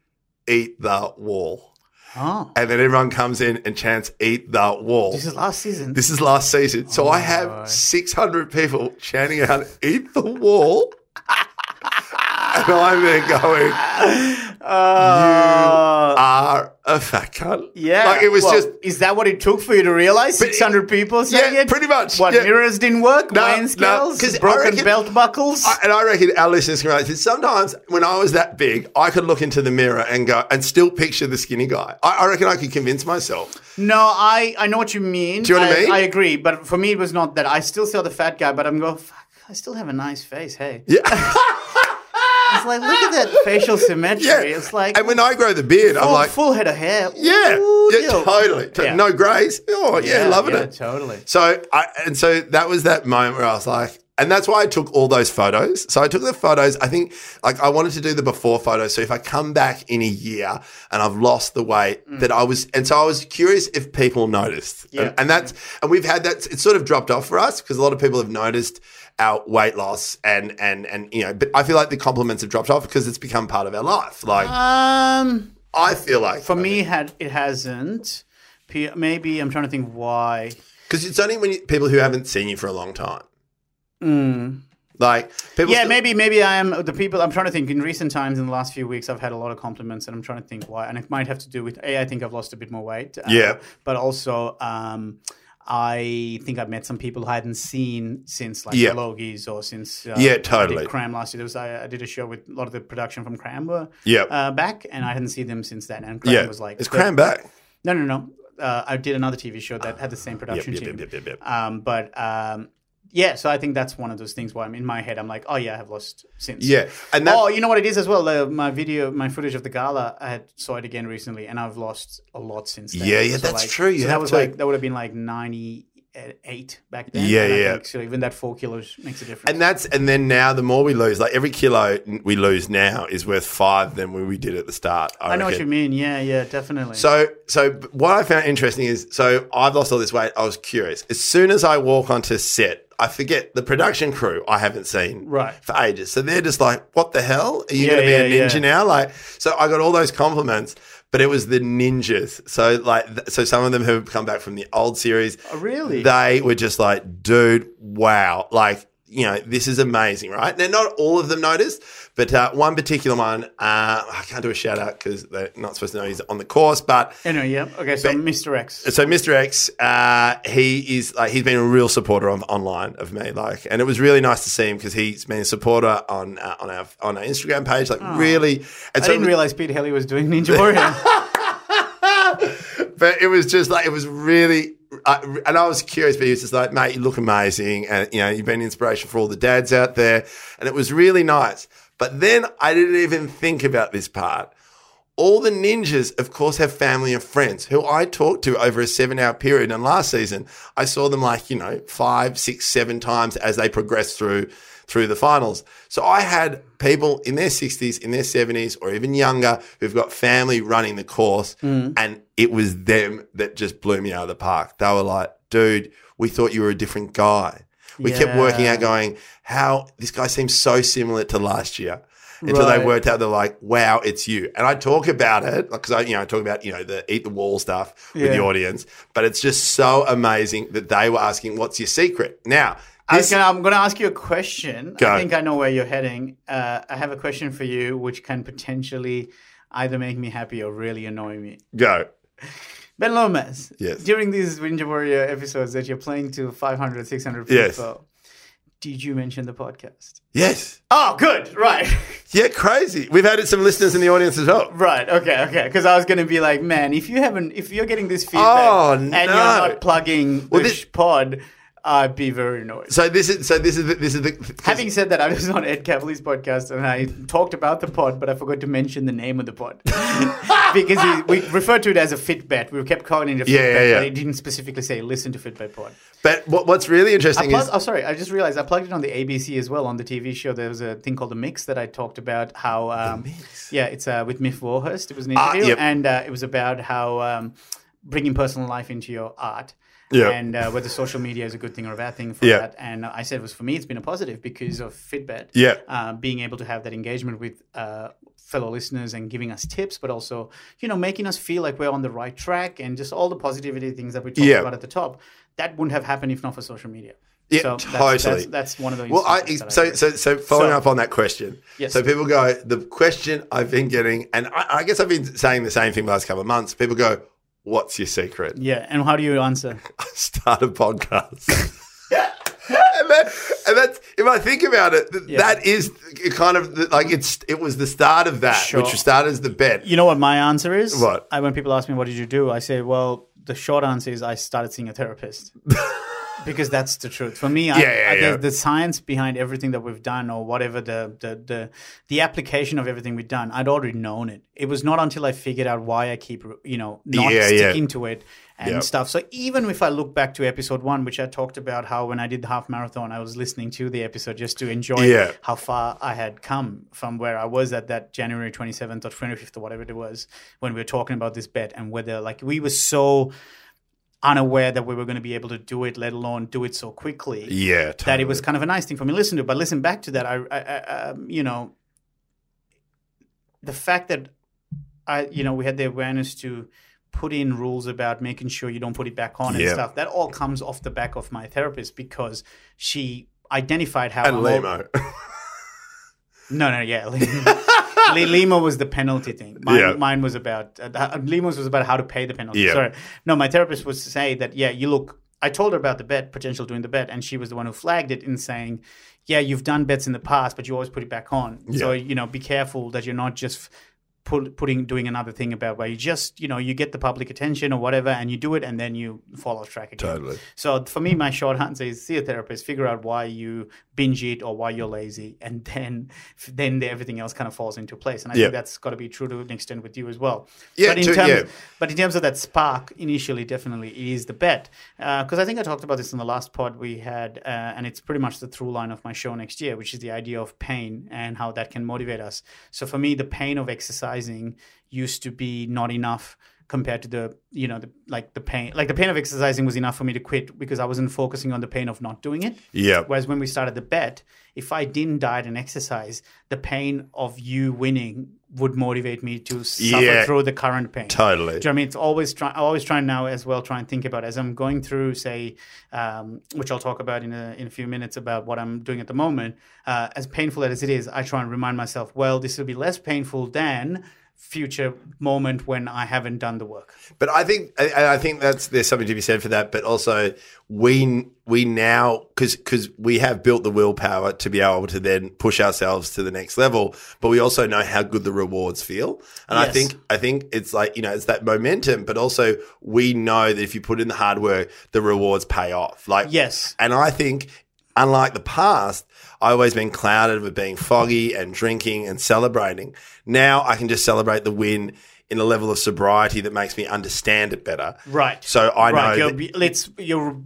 Speaker 3: eat the wall.
Speaker 2: Oh,
Speaker 3: And then everyone comes in and chants, eat the wall.
Speaker 2: this is last season.
Speaker 3: This is last season. So I have
Speaker 2: Oh, my.
Speaker 3: 600 people chanting out, eat the wall. [LAUGHS] and I'm there going,
Speaker 2: Oh.
Speaker 3: are a fat cunt.
Speaker 2: yeah.
Speaker 3: Like it was
Speaker 2: Well,
Speaker 3: just,
Speaker 2: Is that what it took for you to realize?
Speaker 3: But-
Speaker 2: 600 people saying
Speaker 3: yeah,
Speaker 2: it?
Speaker 3: pretty much,
Speaker 2: What,
Speaker 3: yeah.
Speaker 2: mirrors didn't work?
Speaker 3: No,
Speaker 2: Weighing
Speaker 3: no,
Speaker 2: scales?
Speaker 3: 'cause I
Speaker 2: broken
Speaker 3: reckon-
Speaker 2: belt buckles?
Speaker 3: I- and I reckon our listeners can relate to this. Sometimes when I was that big, I could look into the mirror and go, and still picture the skinny guy. I, I reckon I could convince myself.
Speaker 2: no, I, I know what you mean.
Speaker 3: Do you know what I mean?
Speaker 2: I agree. But for me, it was not that. I still saw the fat guy, but I'm going, fuck. I still have a nice face, hey. [LAUGHS]
Speaker 3: Yeah.
Speaker 2: It's like, look
Speaker 3: [LAUGHS]
Speaker 2: at that facial symmetry.
Speaker 3: yeah.
Speaker 2: It's like,
Speaker 3: and when I grow the beard, I'm
Speaker 2: full,
Speaker 3: like,
Speaker 2: full head of hair.
Speaker 3: yeah,
Speaker 2: Ooh,
Speaker 3: yeah,
Speaker 2: deal.
Speaker 3: totally. To-
Speaker 2: Yeah.
Speaker 3: No grays. Oh, yeah, loving
Speaker 2: yeah,
Speaker 3: it.
Speaker 2: Totally.
Speaker 3: So I and so that was that moment where I was like, and that's why I took all those photos. So I took the photos. I think like I wanted to do the before photos. So if I come back in a year and I've lost the weight that I was, and so I was curious if people noticed.
Speaker 2: Mm. Yeah.
Speaker 3: And, and that's and we've had that. It's sort of dropped off for us because a lot of people have noticed our weight loss and and and you know. But I feel like the compliments have dropped off because it's become part of our life. Like
Speaker 2: Um,
Speaker 3: I feel like
Speaker 2: for me, had it hasn't. P- Maybe I'm trying to think why.
Speaker 3: because it's only when you, people who haven't seen you for a long time. Like people.
Speaker 2: Mm. Yeah,
Speaker 3: still-
Speaker 2: maybe maybe I am the people. I'm trying to think. In recent times, in the last few weeks, I've had a lot of compliments, and I'm trying to think why. And it might have to do with a. I think I've lost a bit more weight. uh,
Speaker 3: Yeah.
Speaker 2: But also, um, I think I've met some people who I hadn't seen since like
Speaker 3: Yeah.
Speaker 2: Logies or since uh,
Speaker 3: Yeah,
Speaker 2: I did
Speaker 3: totally.
Speaker 2: Cram last year. There was I, I did a show with a lot of the production from Cram were
Speaker 3: Yeah.
Speaker 2: uh, back, and I hadn't seen them since then. And Cram was like
Speaker 3: it's
Speaker 2: the-
Speaker 3: crammed back.
Speaker 2: No, no, no. Uh, I did another TV show that had the same production
Speaker 3: yep,
Speaker 2: team.
Speaker 3: yep, yep, yep.
Speaker 2: Um, but um, yeah, so I think that's one of those things where I'm in my head. I'm like, oh yeah, I have lost since.
Speaker 3: Yeah, and that
Speaker 2: oh, you know what it is as well. The, my video, my footage of the gala, I had, saw it again recently, and I've lost a lot since then.
Speaker 3: Yeah, yeah, that's
Speaker 2: like,
Speaker 3: true. You
Speaker 2: so that
Speaker 3: have
Speaker 2: was
Speaker 3: to.
Speaker 2: like that would have been like ninety eight back then.
Speaker 3: Yeah,
Speaker 2: and I
Speaker 3: yeah.
Speaker 2: think, so even that four kilos makes a difference.
Speaker 3: and that's and then now the more we lose, like every kilo n- we lose now is worth five than when we did at the start. I,
Speaker 2: I know what
Speaker 3: reckon.
Speaker 2: you mean. Yeah, yeah, definitely.
Speaker 3: So, so what I found interesting is, so I've lost all this weight. I was curious. As soon as I walk onto set, I forget the production crew I haven't seen
Speaker 2: Right.
Speaker 3: for ages. So they're just like, "What the hell? Are you
Speaker 2: Yeah,
Speaker 3: going to be
Speaker 2: yeah,
Speaker 3: a ninja
Speaker 2: yeah.
Speaker 3: now?" Like, so I got all those compliments, but it was the ninjas. So, like, th- so some of them who have come back from the old series,
Speaker 2: Oh, really?
Speaker 3: they were just like, "Dude, wow!" Like. You know, this is amazing, right? Now, not all of them noticed, but uh, one particular one, uh, I can't do a shout out because they're not supposed to know he's on the course, but
Speaker 2: anyway, yeah. Okay, so Mr. X.
Speaker 3: so Mr. X, uh, he is like he's been a real supporter on, online of me, like, and it was really nice to see him because he's been a supporter on uh, on our on our Instagram page, like, really. And
Speaker 2: Oh. I didn't realize Pete Helly was doing
Speaker 3: [LAUGHS]
Speaker 2: Ninja Warrior.
Speaker 3: but it was just like it was really. I and I was curious, but he was just like, "Mate, you look amazing, and you know you've been an inspiration for all the dads out there," and it was really nice. But then I didn't even think about this part. All the ninjas, of course, have family and friends who I talked to over a seven-hour period. And last season, I saw them like you know five, six, seven times as they progressed through through the finals. So I had people in their 60s, in their 70s, or even younger who've got family running the course.
Speaker 2: Mm.
Speaker 3: And it was them that just blew me out of the park. They were like, dude, we thought you were a different guy. We kept working
Speaker 2: Yeah.
Speaker 3: out, going, how this guy seems so similar to last year. Until they
Speaker 2: Right.
Speaker 3: worked out, they're like, "Wow, it's you." And I talk about it because I, you know, I talk about you know the eat the wall stuff with
Speaker 2: Yeah.
Speaker 3: the audience, but it's just so amazing that they were asking, "What's your secret?" Now,
Speaker 2: I was
Speaker 3: this-
Speaker 2: gonna, I'm going to ask you a question.
Speaker 3: Go.
Speaker 2: I think I know where you're heading. Uh, I have a question for you, which can potentially either make me happy or really annoy me.
Speaker 3: go.
Speaker 2: Ben Lomas,
Speaker 3: Yes.
Speaker 2: during these Ninja Warrior episodes that you're playing to 500, 600 people,
Speaker 3: Yes.
Speaker 2: did you mention the podcast?
Speaker 3: Yes.
Speaker 2: Oh, good. Right. [LAUGHS]
Speaker 3: Yeah, crazy. We've added some listeners in the audience as well.
Speaker 2: right. Okay. Okay. Because I was going to be like, man, if you haven't, if you're getting this feedback
Speaker 3: Oh,
Speaker 2: and you're
Speaker 3: no.
Speaker 2: not plugging
Speaker 3: Well,
Speaker 2: this
Speaker 3: this-
Speaker 2: pod, I'd be very annoyed.
Speaker 3: So this is so this is the, this is the
Speaker 2: Having said that, I was on Ed Cavalli's podcast and I talked about the pod, but I forgot to mention the name of the
Speaker 3: [LAUGHS]
Speaker 2: pod because he, we referred to it as a Fitbet. We kept calling it a Fitbet,
Speaker 3: Yeah, yeah, yeah.
Speaker 2: but he didn't specifically say listen to Fitbet Pod.
Speaker 3: But what, what's really interesting
Speaker 2: Plus,
Speaker 3: is
Speaker 2: oh, sorry, I just realized I plugged it on the ABC as well on the TV show. There was a thing called the Mix that I talked about how, um, yeah, it's uh, with Miff Warhurst. It was an
Speaker 3: Ah,
Speaker 2: interview,
Speaker 3: yep.
Speaker 2: and uh, it was about how um, bringing personal life into your art.
Speaker 3: Yeah.
Speaker 2: And uh, whether social media is a good thing or a bad thing for
Speaker 3: Yeah.
Speaker 2: that. And I said it was for me, it's been a positive because of Fitbit.
Speaker 3: Yeah.
Speaker 2: Uh, being able to have that engagement with uh, fellow listeners and giving us tips, but also, you know, making us feel like we're on the right track and just all the positivity things that we talked
Speaker 3: Yeah.
Speaker 2: about at the top. That wouldn't have happened if not for social media.
Speaker 3: Yeah,
Speaker 2: so That's,
Speaker 3: totally.
Speaker 2: that's, that's one of those.
Speaker 3: well, I
Speaker 2: instances that
Speaker 3: so
Speaker 2: agree.
Speaker 3: so so following
Speaker 2: So-
Speaker 3: up on that question.
Speaker 2: Yes.
Speaker 3: So people go the question I've been getting, and I, I guess I've been saying the same thing the last couple of months. People go, "What's your secret?"
Speaker 2: yeah, and how do you answer?
Speaker 3: [LAUGHS] start a podcast. and, that, and that's if I think about it, th-
Speaker 2: Yeah.
Speaker 3: that is kind of the- like it's it was the start of that,
Speaker 2: Sure.
Speaker 3: which started as the bet.
Speaker 2: You know what my answer is?
Speaker 3: What? [LAUGHS]
Speaker 2: I, when people ask me, what did you do? I say, well, the short answer is I started seeing a therapist. because that's the truth. For me, I,
Speaker 3: Yeah, yeah,
Speaker 2: I,
Speaker 3: yeah.
Speaker 2: The, the science behind everything that we've done, or whatever the, the the the application of everything we've done, I'd already known it. It was not until I figured out why I keep you know not
Speaker 3: Yeah, yeah.
Speaker 2: sticking to it and
Speaker 3: Yeah.
Speaker 2: stuff. So even if I look back to episode one, which I talked about how when I did the half marathon, I was listening to the episode just to enjoy
Speaker 3: Yeah.
Speaker 2: how far I had come from where I was at that January 27th or 25th or whatever it was when we were talking about this bet and whether like we were so unaware that we were going to be able to do it, let alone do it so quickly.
Speaker 3: Yeah, totally.
Speaker 2: That it was kind of a nice thing for me to listen to, but listen back to that. I, I, I um, you know, the fact that I, you know, we had the awareness to put in rules about making sure you don't put it back on and
Speaker 3: Yeah.
Speaker 2: stuff. That all comes off the back of my therapist because she identified how
Speaker 3: and
Speaker 2: I'm al-
Speaker 3: Limo.
Speaker 2: no, no, yeah. [LAUGHS] Li- Lima was the penalty thing. Mine,
Speaker 3: Yeah.
Speaker 2: mine was about uh, uh, Lima's was about how to pay the penalty.
Speaker 3: Yeah.
Speaker 2: Sorry, no. My therapist was to say that yeah, you look. I told her about the bet potential doing the bet, and she was the one who flagged it in saying, "Yeah, you've done bets in the past, but you always put it back on. So you know, be careful that you're not just." Put, putting doing another thing about where you just you know you get the public attention or whatever and you do it and then you fall off track again
Speaker 3: [LAUGHS] Totally.
Speaker 2: so for me, my short answer is see a therapist, figure out why you binge it or why you're lazy, and [LAUGHS] then then the- everything else kind of falls into place. And I
Speaker 3: Yeah.
Speaker 2: think that's got to be true to an extent with you as well.
Speaker 3: Yeah,
Speaker 2: but in
Speaker 3: to-
Speaker 2: terms,
Speaker 3: yeah.
Speaker 2: but in terms of that spark, initially, definitely it is the bet because I think I talked about this in the last pod we had, uh, and it's pretty much the through line of my show next year, which is the idea of pain and how that can motivate us. So for me, the pain of exercising used to be not enough compared to the you know the, like the pain like the pain of exercising was enough for me to quit because i wasn't focusing on the pain of not doing it
Speaker 3: Yeah.
Speaker 2: whereas when we started the bet if i didn't diet and exercise the pain of you winning would motivate me to suffer
Speaker 3: Yeah.
Speaker 2: through the current pain
Speaker 3: Totally.
Speaker 2: do you know what I mean? It's always try. I always try now as well. Try and think about as I'm going through, say, um, which I'll talk about in a, in a few minutes about what I'm doing at the moment. Uh, as painful as it is, I try and remind myself, well, this will be less painful than future moment when I haven't done the work.
Speaker 3: But I think I, I think that's there's something to be said for that. But also, we we now because because we have built the willpower to be able to then push ourselves to the next level. But we also know how good the rewards feel, and I
Speaker 2: Yes.
Speaker 3: think I think it's like you know it's that momentum. But also, we know that if you put in the hard work, the rewards pay off. Like
Speaker 2: Yes.
Speaker 3: and I think, unlike the past, I've always been clouded with being foggy and drinking and celebrating. Now I can just celebrate the win in a level of sobriety that makes me understand it better.
Speaker 2: Right.
Speaker 3: So I
Speaker 2: right.
Speaker 3: know.
Speaker 2: You're,
Speaker 3: that-
Speaker 2: be- let's. You're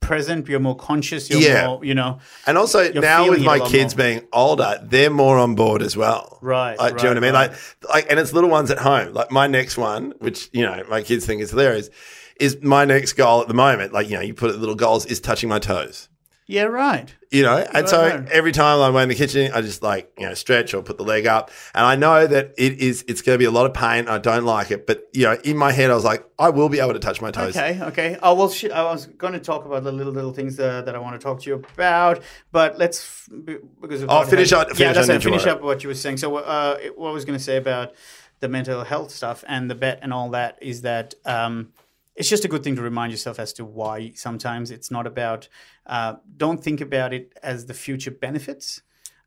Speaker 2: present. You're more conscious. You're
Speaker 3: Yeah.
Speaker 2: more. You know.
Speaker 3: and also
Speaker 2: you're
Speaker 3: now with
Speaker 2: feeling it a
Speaker 3: my
Speaker 2: lot
Speaker 3: kids
Speaker 2: more.
Speaker 3: being older, they're more on board as well.
Speaker 2: Right,
Speaker 3: Like, do you know what I mean?
Speaker 2: right,
Speaker 3: Like, like, and it's little ones at home. Like my next one, which you know my kids think is hilarious, is my next goal at the moment. Like you know, you put it little goals is touching my toes.
Speaker 2: Yeah. Right.
Speaker 3: you know. And so
Speaker 2: Right.
Speaker 3: every time I'm in the kitchen, I just like you know stretch or put the leg up, and I know that it is it's going to be a lot of pain. I don't like it, but you know, in my head, I was like, I will be able to touch my toes.
Speaker 2: Okay, okay. Oh well, shit, I was going to talk about the little little things uh, that I want to talk to you about, but let's f- be- because we've
Speaker 3: Oh,
Speaker 2: already
Speaker 3: finish up-
Speaker 2: yeah,
Speaker 3: finish
Speaker 2: that's
Speaker 3: up
Speaker 2: it. Finish
Speaker 3: Ninja Warrior.
Speaker 2: up what you were saying. So, uh, it- what I was going to say about the mental health stuff and the bet and all that is that um, it's just a good thing to remind yourself as to why sometimes it's not about. Uh, don't think about it as the future benefits.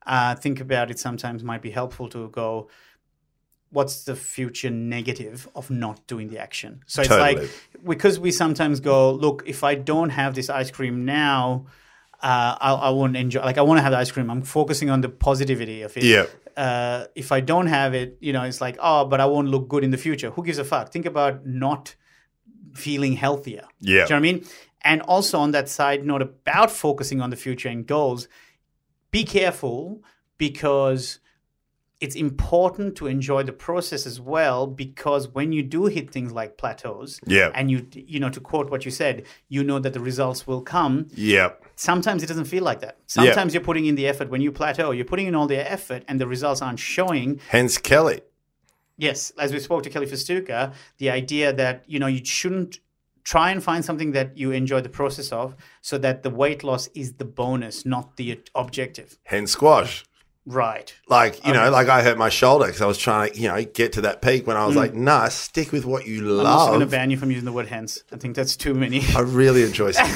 Speaker 2: Uh, think about it. Sometimes might be helpful to go what's the future negative of not doing the action? So it's
Speaker 3: Totally.
Speaker 2: like because we sometimes go, look, if I don't have this ice cream now, uh, I, I won't enjoy. Like I want to have the ice cream. I'm focusing on the positivity of it.
Speaker 3: Yeah.
Speaker 2: Uh, if I don't have it, you know, it's like, oh, but I won't look good in the future. Who gives a fuck? Think about not feeling healthier.
Speaker 3: Yeah.
Speaker 2: Do you know what I mean? And also on that side note about focusing on the future and goals, be careful because it's important to enjoy the process as well because when you do hit things like plateaus
Speaker 3: Yeah.
Speaker 2: and you you know to quote what you said you know that the results will come
Speaker 3: Yeah,
Speaker 2: sometimes it doesn't feel like that sometimes you're putting in the effort when you plateau you're putting in all the effort and the results aren't showing
Speaker 3: hence Kelly.
Speaker 2: Yes, as we spoke to Kelly Festuca, the idea that you know you shouldn't try and find something that you enjoy the process of, so that the weight loss is the bonus, not the objective.
Speaker 3: Hence squash.
Speaker 2: Right.
Speaker 3: Like, you know, like I hurt my shoulder because I was trying to, you know, get to that peak when I was like, nah, stick with what you
Speaker 2: I'm also going to
Speaker 3: love.
Speaker 2: ban you from using the word "hence." I think that's
Speaker 3: [LAUGHS]
Speaker 2: too many.
Speaker 3: I really enjoy sticking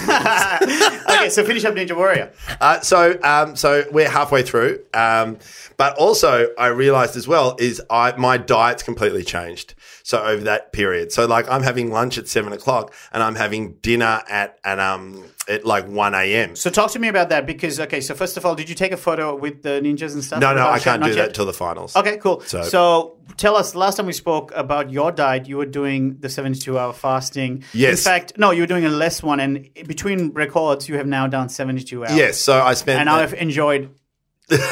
Speaker 2: okay, so finish up Ninja Warrior.
Speaker 3: Uh, so, um, so we're halfway through, um, but also I realised as well is I my diet's completely changed. So over that period, so like I'm having lunch at seven o'clock and I'm having dinner at at um at like one a.m.
Speaker 2: So talk to me about that because okay. So first of all, did you take a photo with the ninjas and stuff?
Speaker 3: No, no,
Speaker 2: Without
Speaker 3: I
Speaker 2: shot?
Speaker 3: can't
Speaker 2: Not
Speaker 3: do
Speaker 2: yet?
Speaker 3: that till the finals.
Speaker 2: Okay, cool. So,
Speaker 3: So-
Speaker 2: tell us, last time we spoke about your diet, you were doing the 72 hour fasting.
Speaker 3: Yes.
Speaker 2: In fact, no, you were doing a less one. And between records, you have now done 72 hours.
Speaker 3: Yes, so I spent.
Speaker 2: And
Speaker 3: [LAUGHS]
Speaker 2: I've enjoyed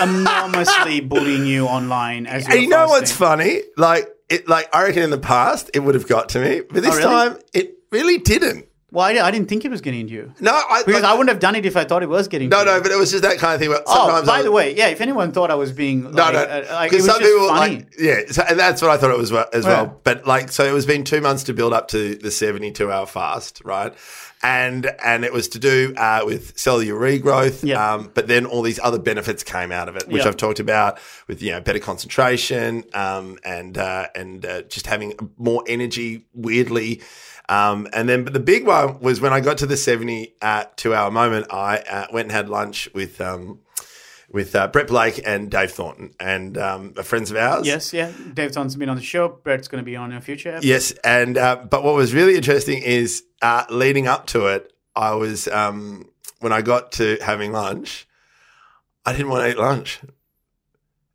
Speaker 2: enormously bullying you online as
Speaker 3: And
Speaker 2: you
Speaker 3: you know what's
Speaker 2: fun?
Speaker 3: funny? Like it, like I reckon in the past it would have got to me, but this
Speaker 2: Oh, really?
Speaker 3: time it really didn't.
Speaker 2: Well, I, I didn't think it was getting to you.
Speaker 3: No, I,
Speaker 2: Because
Speaker 3: like-
Speaker 2: I wouldn't have done it if I thought it was getting
Speaker 3: no,
Speaker 2: to you.
Speaker 3: no, but it was just that kind of thing. Where
Speaker 2: Oh,
Speaker 3: sometimes
Speaker 2: by
Speaker 3: I-
Speaker 2: the way, yeah, if anyone thought I was being. Like,
Speaker 3: No,
Speaker 2: uh,
Speaker 3: no,
Speaker 2: like, it was
Speaker 3: because some
Speaker 2: just
Speaker 3: people
Speaker 2: funny.
Speaker 3: like yeah, so, and that's what I thought it was well, as
Speaker 2: Yeah.
Speaker 3: well. But like, so it was been two months to build up to the seventy-two hour fast, right? And and it was to do uh, with cellular regrowth,
Speaker 2: Yeah.
Speaker 3: um, but then all these other benefits came out of it, which
Speaker 2: Yeah.
Speaker 3: I've talked about with you know better concentration um, and uh, and uh, just having more energy. Weirdly. Um, and then, but the big one was when I got to the seventy-two hour moment. I uh, went and had lunch with um, with uh, Brett Blake and Dave Thornton and um, are friends of ours.
Speaker 2: Yes, yeah. Dave Thompson's been on the show. Brett's going to be on in a future. episode.
Speaker 3: Yes. And uh, but what was really interesting is uh, leading up to it, I was um, when I got to having lunch, I didn't want to eat lunch.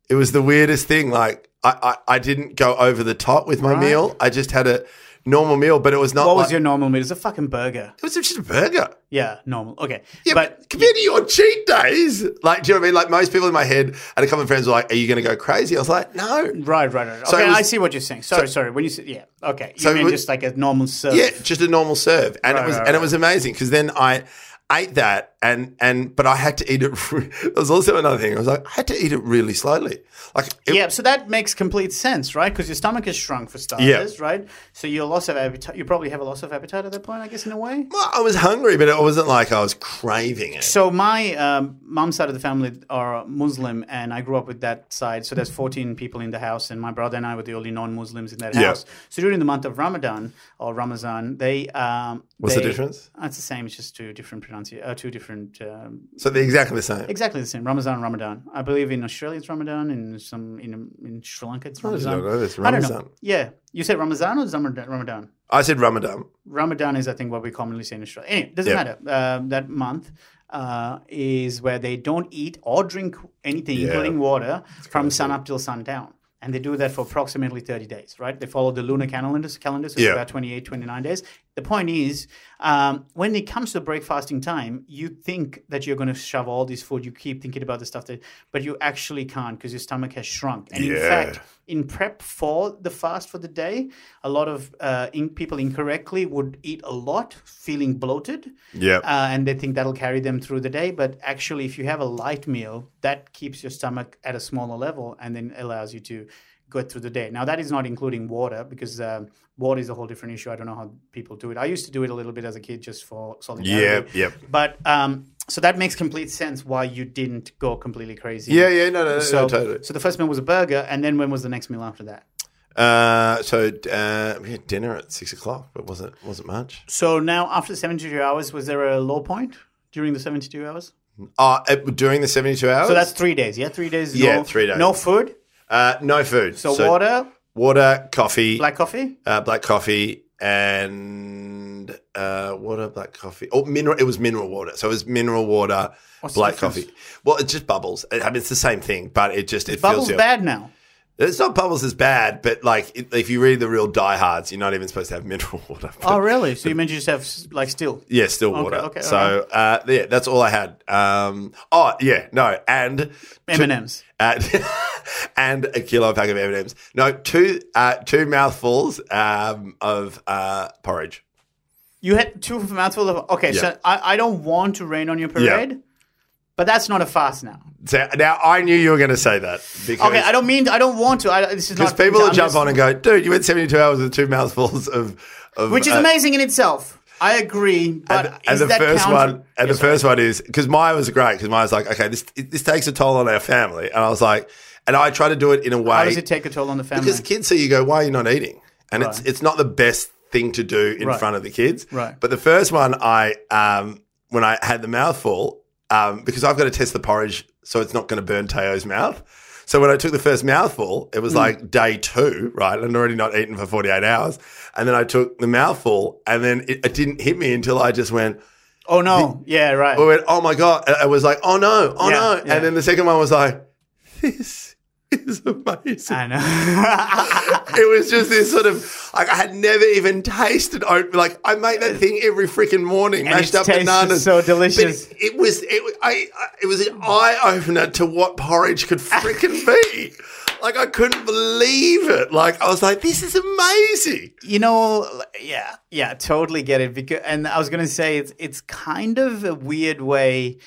Speaker 3: It was the weirdest thing. Like I, I, I didn't go over the top with my
Speaker 2: Right.
Speaker 3: meal. I just had a normal meal, but it was not.
Speaker 2: What
Speaker 3: like,
Speaker 2: was your normal meal? It's a fucking burger.
Speaker 3: It was just a burger.
Speaker 2: Yeah, normal. Okay.
Speaker 3: Yeah,
Speaker 2: but
Speaker 3: but, compared to your cheat days, like, do you know what I mean? Like, most people in my head and a couple of friends were like, "Are you going to go crazy?" I was like, "No,
Speaker 2: Right, right, right.
Speaker 3: So
Speaker 2: okay,
Speaker 3: it was-
Speaker 2: I see what you're saying. Sorry, sorry. When you say, yeah, okay. You
Speaker 3: So it
Speaker 2: mean
Speaker 3: was-
Speaker 2: just like a normal serve?
Speaker 3: Yeah, just a normal serve, and
Speaker 2: Right,
Speaker 3: it was
Speaker 2: right,
Speaker 3: and it
Speaker 2: right.
Speaker 3: was amazing because then I ate that and and but I had to eat it. [LAUGHS] There was also another thing. I was like, I had to eat it really slowly. Like, it,
Speaker 2: Yeah, so that makes complete sense, right? Because your stomach has shrunk for starters, right? So your loss of appetite, you probably have a loss of appetite at that point, I guess, in a way.
Speaker 3: well, I was hungry, but it wasn't like I was craving it.
Speaker 2: So my um, mom's side of the family are Muslim, and I grew up with that side. So there's 14 people in the house, and my brother and I were the only non-Muslims in that
Speaker 3: Yeah.
Speaker 2: house. So during the month of Ramadan or Ramazan, they um,
Speaker 3: What's the
Speaker 2: they-
Speaker 3: difference?
Speaker 2: Uh, It's the same. It's just two different pronunciations, uh, two different um,
Speaker 3: So they're exactly the same.
Speaker 2: Exactly the same. Ramazan, Ramadan. I believe in Australia it's Ramadan, in some in in Sri Lanka it's
Speaker 3: I just
Speaker 2: Ramadan.
Speaker 3: don't know. It's
Speaker 2: I don't
Speaker 3: Ramadan.
Speaker 2: know. Yeah, you said Ramazan or Zamrad- Ramadan?
Speaker 3: I said Ramadan.
Speaker 2: Ramadan is, I think, what we commonly say in Australia. Anyway, doesn't
Speaker 3: Yeah.
Speaker 2: matter. Um, that month uh, is where they don't eat or drink anything,
Speaker 3: Yeah.
Speaker 2: including water, from sun up till sundown. And they do that for approximately 30 days, right? They follow the lunar calendar, calendar so it's
Speaker 3: Yeah.
Speaker 2: about 28, 29 days. The point is, um, when it comes to break fasting time, you think that you're going to shove all this food. You keep thinking about the stuff that, but you actually can't because your stomach has shrunk. And in
Speaker 3: Yeah.
Speaker 2: fact, in prep for the fast for the day, a lot of uh, in- people incorrectly would eat a lot, feeling bloated,
Speaker 3: Yeah.
Speaker 2: uh, and they think that'll carry them through the day. But actually, if you have a light meal, that keeps your stomach at a smaller level and then allows you to go through the day. Now, that is not including water because um water is a whole different issue. I don't know how people do it. I used to do it a little bit as a kid just for solidarity.
Speaker 3: Yeah, yep.
Speaker 2: But um, so that makes complete sense why you didn't go completely crazy.
Speaker 3: yeah, yeah, no, no, no,
Speaker 2: So,
Speaker 3: no totally.
Speaker 2: so the first meal was a burger, and then when was the next meal after that?
Speaker 3: Uh, so uh, we had dinner at six o'clock, but wasn't wasn't much.
Speaker 2: So now, after 72 hours, was there a low point during the 72 hours?
Speaker 3: Uh, it- during the seventy-two hours,
Speaker 2: So that's three days, yeah? Three days.
Speaker 3: Yeah,
Speaker 2: no,
Speaker 3: three days.
Speaker 2: No food.
Speaker 3: uh, no food.
Speaker 2: So, water,
Speaker 3: water, coffee,
Speaker 2: black coffee.
Speaker 3: uh, black coffee and uh, water, black coffee. Oh, mineral. It was mineral water. So it was mineral water,
Speaker 2: What's the
Speaker 3: black
Speaker 2: difference?
Speaker 3: coffee. Well, it's just bubbles. I mean, it's the same thing, but it just it
Speaker 2: Bubbles
Speaker 3: fills you. up.
Speaker 2: bad now.
Speaker 3: It's not bubbles is bad, but like it, if you read the real diehards, you're not even supposed to have [LAUGHS] mineral water. But-
Speaker 2: Oh, really? So you meant you just have s- like still.
Speaker 3: Yeah, still water.
Speaker 2: okay,
Speaker 3: so
Speaker 2: all
Speaker 3: uh, yeah, that's all I had. Um, oh yeah, no, and
Speaker 2: M&M's.
Speaker 3: uh, [LAUGHS] and a kilo pack of M and M's. No, two uh, two mouthfuls um, of uh, porridge.
Speaker 2: You had two mouthfuls of. Okay,
Speaker 3: Yeah.
Speaker 2: so I, I don't want to rain on your parade, but that's not a fast now.
Speaker 3: So now I knew you were going to say that because
Speaker 2: Okay, I don't mean I don't want to. I, this is
Speaker 3: because
Speaker 2: not
Speaker 3: people will
Speaker 2: I'm
Speaker 3: jump
Speaker 2: just-
Speaker 3: on and go, dude, you went 72 hours with two mouthfuls of, of
Speaker 2: which is
Speaker 3: uh,
Speaker 2: amazing in itself. I agree, but
Speaker 3: And, and
Speaker 2: is
Speaker 3: the
Speaker 2: that
Speaker 3: first
Speaker 2: counter-
Speaker 3: one, and the
Speaker 2: Yes,
Speaker 3: first one is because mine was great because mine was like, okay, this this takes a toll on our family, and I was like, and I tried to do it in a way
Speaker 2: how does it take a toll on the family?
Speaker 3: because kids see you go, why are you not eating? And it's
Speaker 2: Right.
Speaker 3: it's not the best thing to do in
Speaker 2: Right.
Speaker 3: front of the kids.
Speaker 2: Right.
Speaker 3: But the first one, I um, when I had the mouthful, um, because I've got to test the porridge, so it's not going to burn Teo's mouth. So when I took the first mouthful, it
Speaker 2: Hmm.
Speaker 3: was like day two, right? I'd already not eaten for 48 hours. And then I took the mouthful and then it, it didn't hit me until I just went,
Speaker 2: Oh no! yeah, right.
Speaker 3: I went, oh my God. And I was like, oh no, oh
Speaker 2: Yeah,
Speaker 3: no.
Speaker 2: yeah.
Speaker 3: And then the second one was like, this is amazing.
Speaker 2: I know. [LAUGHS]
Speaker 3: it was just this sort of like I had never even tasted oat. Like I make that thing every freaking morning,
Speaker 2: And
Speaker 3: mashed
Speaker 2: it
Speaker 3: up
Speaker 2: tastes
Speaker 3: bananas.
Speaker 2: so
Speaker 3: But
Speaker 2: delicious.
Speaker 3: It, it was it, wa- I, I- it was an eye opener to what porridge could freaking be. Like I couldn't believe it. Like I was like, this is amazing.
Speaker 2: you know, l- yeah, yeah, totally get it. Because, and I was gonna say it's it's kind of a weird way,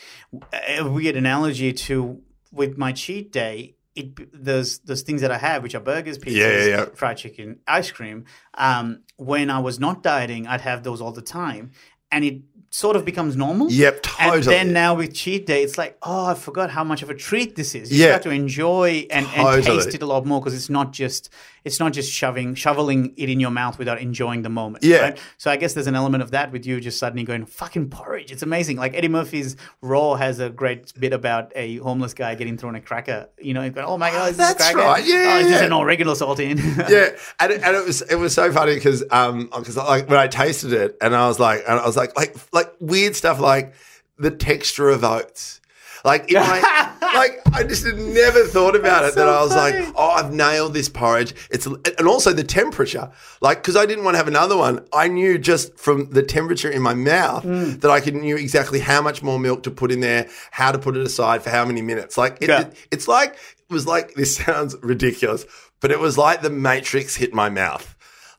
Speaker 2: a weird analogy to with my cheat day. It those those things that I have, which are burgers, pizzas,
Speaker 3: Yeah, yeah, yeah.
Speaker 2: fried chicken, ice cream. Um, when I was not dieting, I'd have those all the time, and it sort of becomes normal.
Speaker 3: Yep,
Speaker 2: And
Speaker 3: totally.
Speaker 2: then now with cheat day, it's like, oh, I forgot how much of a treat this is. You
Speaker 3: Yeah.
Speaker 2: start to enjoy and, and
Speaker 3: Totally.
Speaker 2: taste it a lot more because it's not just it's not just shoving shoveling it in your mouth without enjoying the moment.
Speaker 3: Yeah.
Speaker 2: right? So I guess there's an element of that with you just suddenly going fucking porridge. It's amazing. Like Eddie Murphy's Raw has a great bit about a homeless guy getting thrown a cracker. You know, he's going, oh my god, is this a
Speaker 3: That's
Speaker 2: cracker?
Speaker 3: right. Yeah,
Speaker 2: oh, is this
Speaker 3: yeah.
Speaker 2: an oregano salt
Speaker 3: [LAUGHS]
Speaker 2: in? [LAUGHS]
Speaker 3: yeah, and it, and it was it was so funny because um because like when I tasted it and I was like and I was like like like weird stuff like the texture of oats. Like
Speaker 2: [LAUGHS]
Speaker 3: in my, like I just had never thought about
Speaker 2: That's
Speaker 3: it. that
Speaker 2: so
Speaker 3: I was
Speaker 2: funny.
Speaker 3: like, oh, I've nailed this porridge. It's and also the temperature. Like because I didn't want to have another one. I knew just from the temperature in my mouth
Speaker 2: Mm.
Speaker 3: that I could knew exactly how much more milk to put in there, how to put it aside for how many minutes. Like it,
Speaker 2: Yeah.
Speaker 3: it- it's like it was like this [LAUGHS] sounds ridiculous, but it was like the Matrix hit my mouth.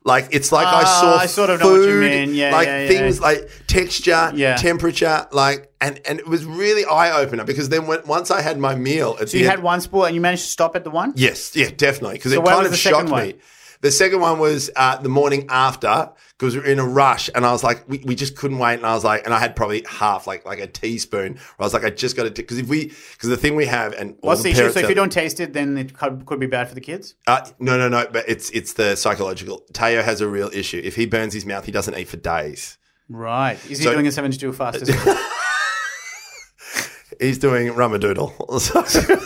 Speaker 3: Like it's like I
Speaker 2: Ah,
Speaker 3: saw
Speaker 2: I sort of know what you
Speaker 3: food,
Speaker 2: mean. Yeah,
Speaker 3: like
Speaker 2: yeah, yeah.
Speaker 3: things like texture,
Speaker 2: Yeah.
Speaker 3: temperature, like and and it was really eye opener because then when, once I had my meal, at
Speaker 2: So you had one spool and you managed to stop at the one.
Speaker 3: yes, yeah, definitely because
Speaker 2: So
Speaker 3: it
Speaker 2: where
Speaker 3: kind
Speaker 2: was
Speaker 3: of
Speaker 2: the second
Speaker 3: shocked
Speaker 2: one?
Speaker 3: me. The second one was uh, the morning after because we were in a rush and I was like, we, we just couldn't wait. And I was like, and I had probably half, like like a teaspoon. Where I was like, I just got to, because if we, because the thing we have, and all
Speaker 2: What's the issue?
Speaker 3: parents
Speaker 2: So if
Speaker 3: out
Speaker 2: you don't taste it, then it could could be bad for the kids.
Speaker 3: uh, no, no, no. But it's it's the psychological. Teo has a real issue. If he burns his mouth, he doesn't eat for days.
Speaker 2: Right. Is he
Speaker 3: So-
Speaker 2: doing a 72 fast as well?
Speaker 3: He's doing rumadoodle. So-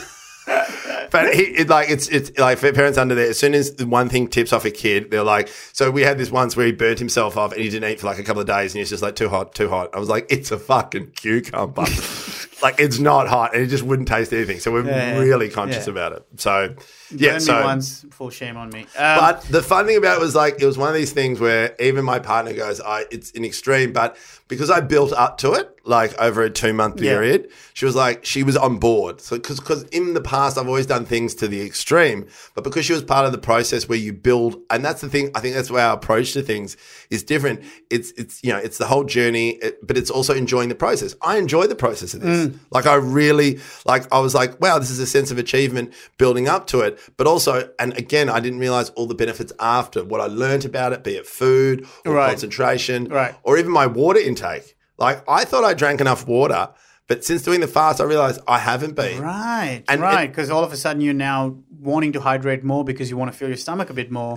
Speaker 3: [LAUGHS] but he it, like it's it's like for parents under there. As soon as the one thing tips off a kid, they're like. So we had this once where he burnt himself off and he didn't eat for like a couple of days, and he was just like too hot, too hot. I was like, it's a fucking cucumber. [LAUGHS] like it's not hot, and it just wouldn't taste anything. So we're
Speaker 2: Yeah, yeah,
Speaker 3: really conscious
Speaker 2: yeah.
Speaker 3: about it. So [LAUGHS] yeah,
Speaker 2: Burn
Speaker 3: so
Speaker 2: me once, full shame on me. Um,
Speaker 3: But the fun thing about it was like it was one of these things where even my partner goes, I it's an extreme, but because I built up to it, like over a two month
Speaker 2: Yeah.
Speaker 3: period, she was like, she was on board. So cause because in the past I've always done things to the extreme, but because she was part of the process where you build and that's the thing, I think that's why our approach to things is different. It's it's you know, it's the whole journey, it- but it's also enjoying the process. I enjoy the process of
Speaker 2: Mm.
Speaker 3: this. Like I really like I was like, wow, this is a sense of achievement building up to it. But also, and again, I didn't realize all the benefits after what I learned about it, be it food or
Speaker 2: Right.
Speaker 3: concentration
Speaker 2: Right.
Speaker 3: or even my water intake. Like I thought I drank enough water, but since doing the fast, I realized I haven't been.
Speaker 2: Right,
Speaker 3: And
Speaker 2: right. Because all of a sudden you're now wanting to hydrate more because you want to fill your stomach a bit more.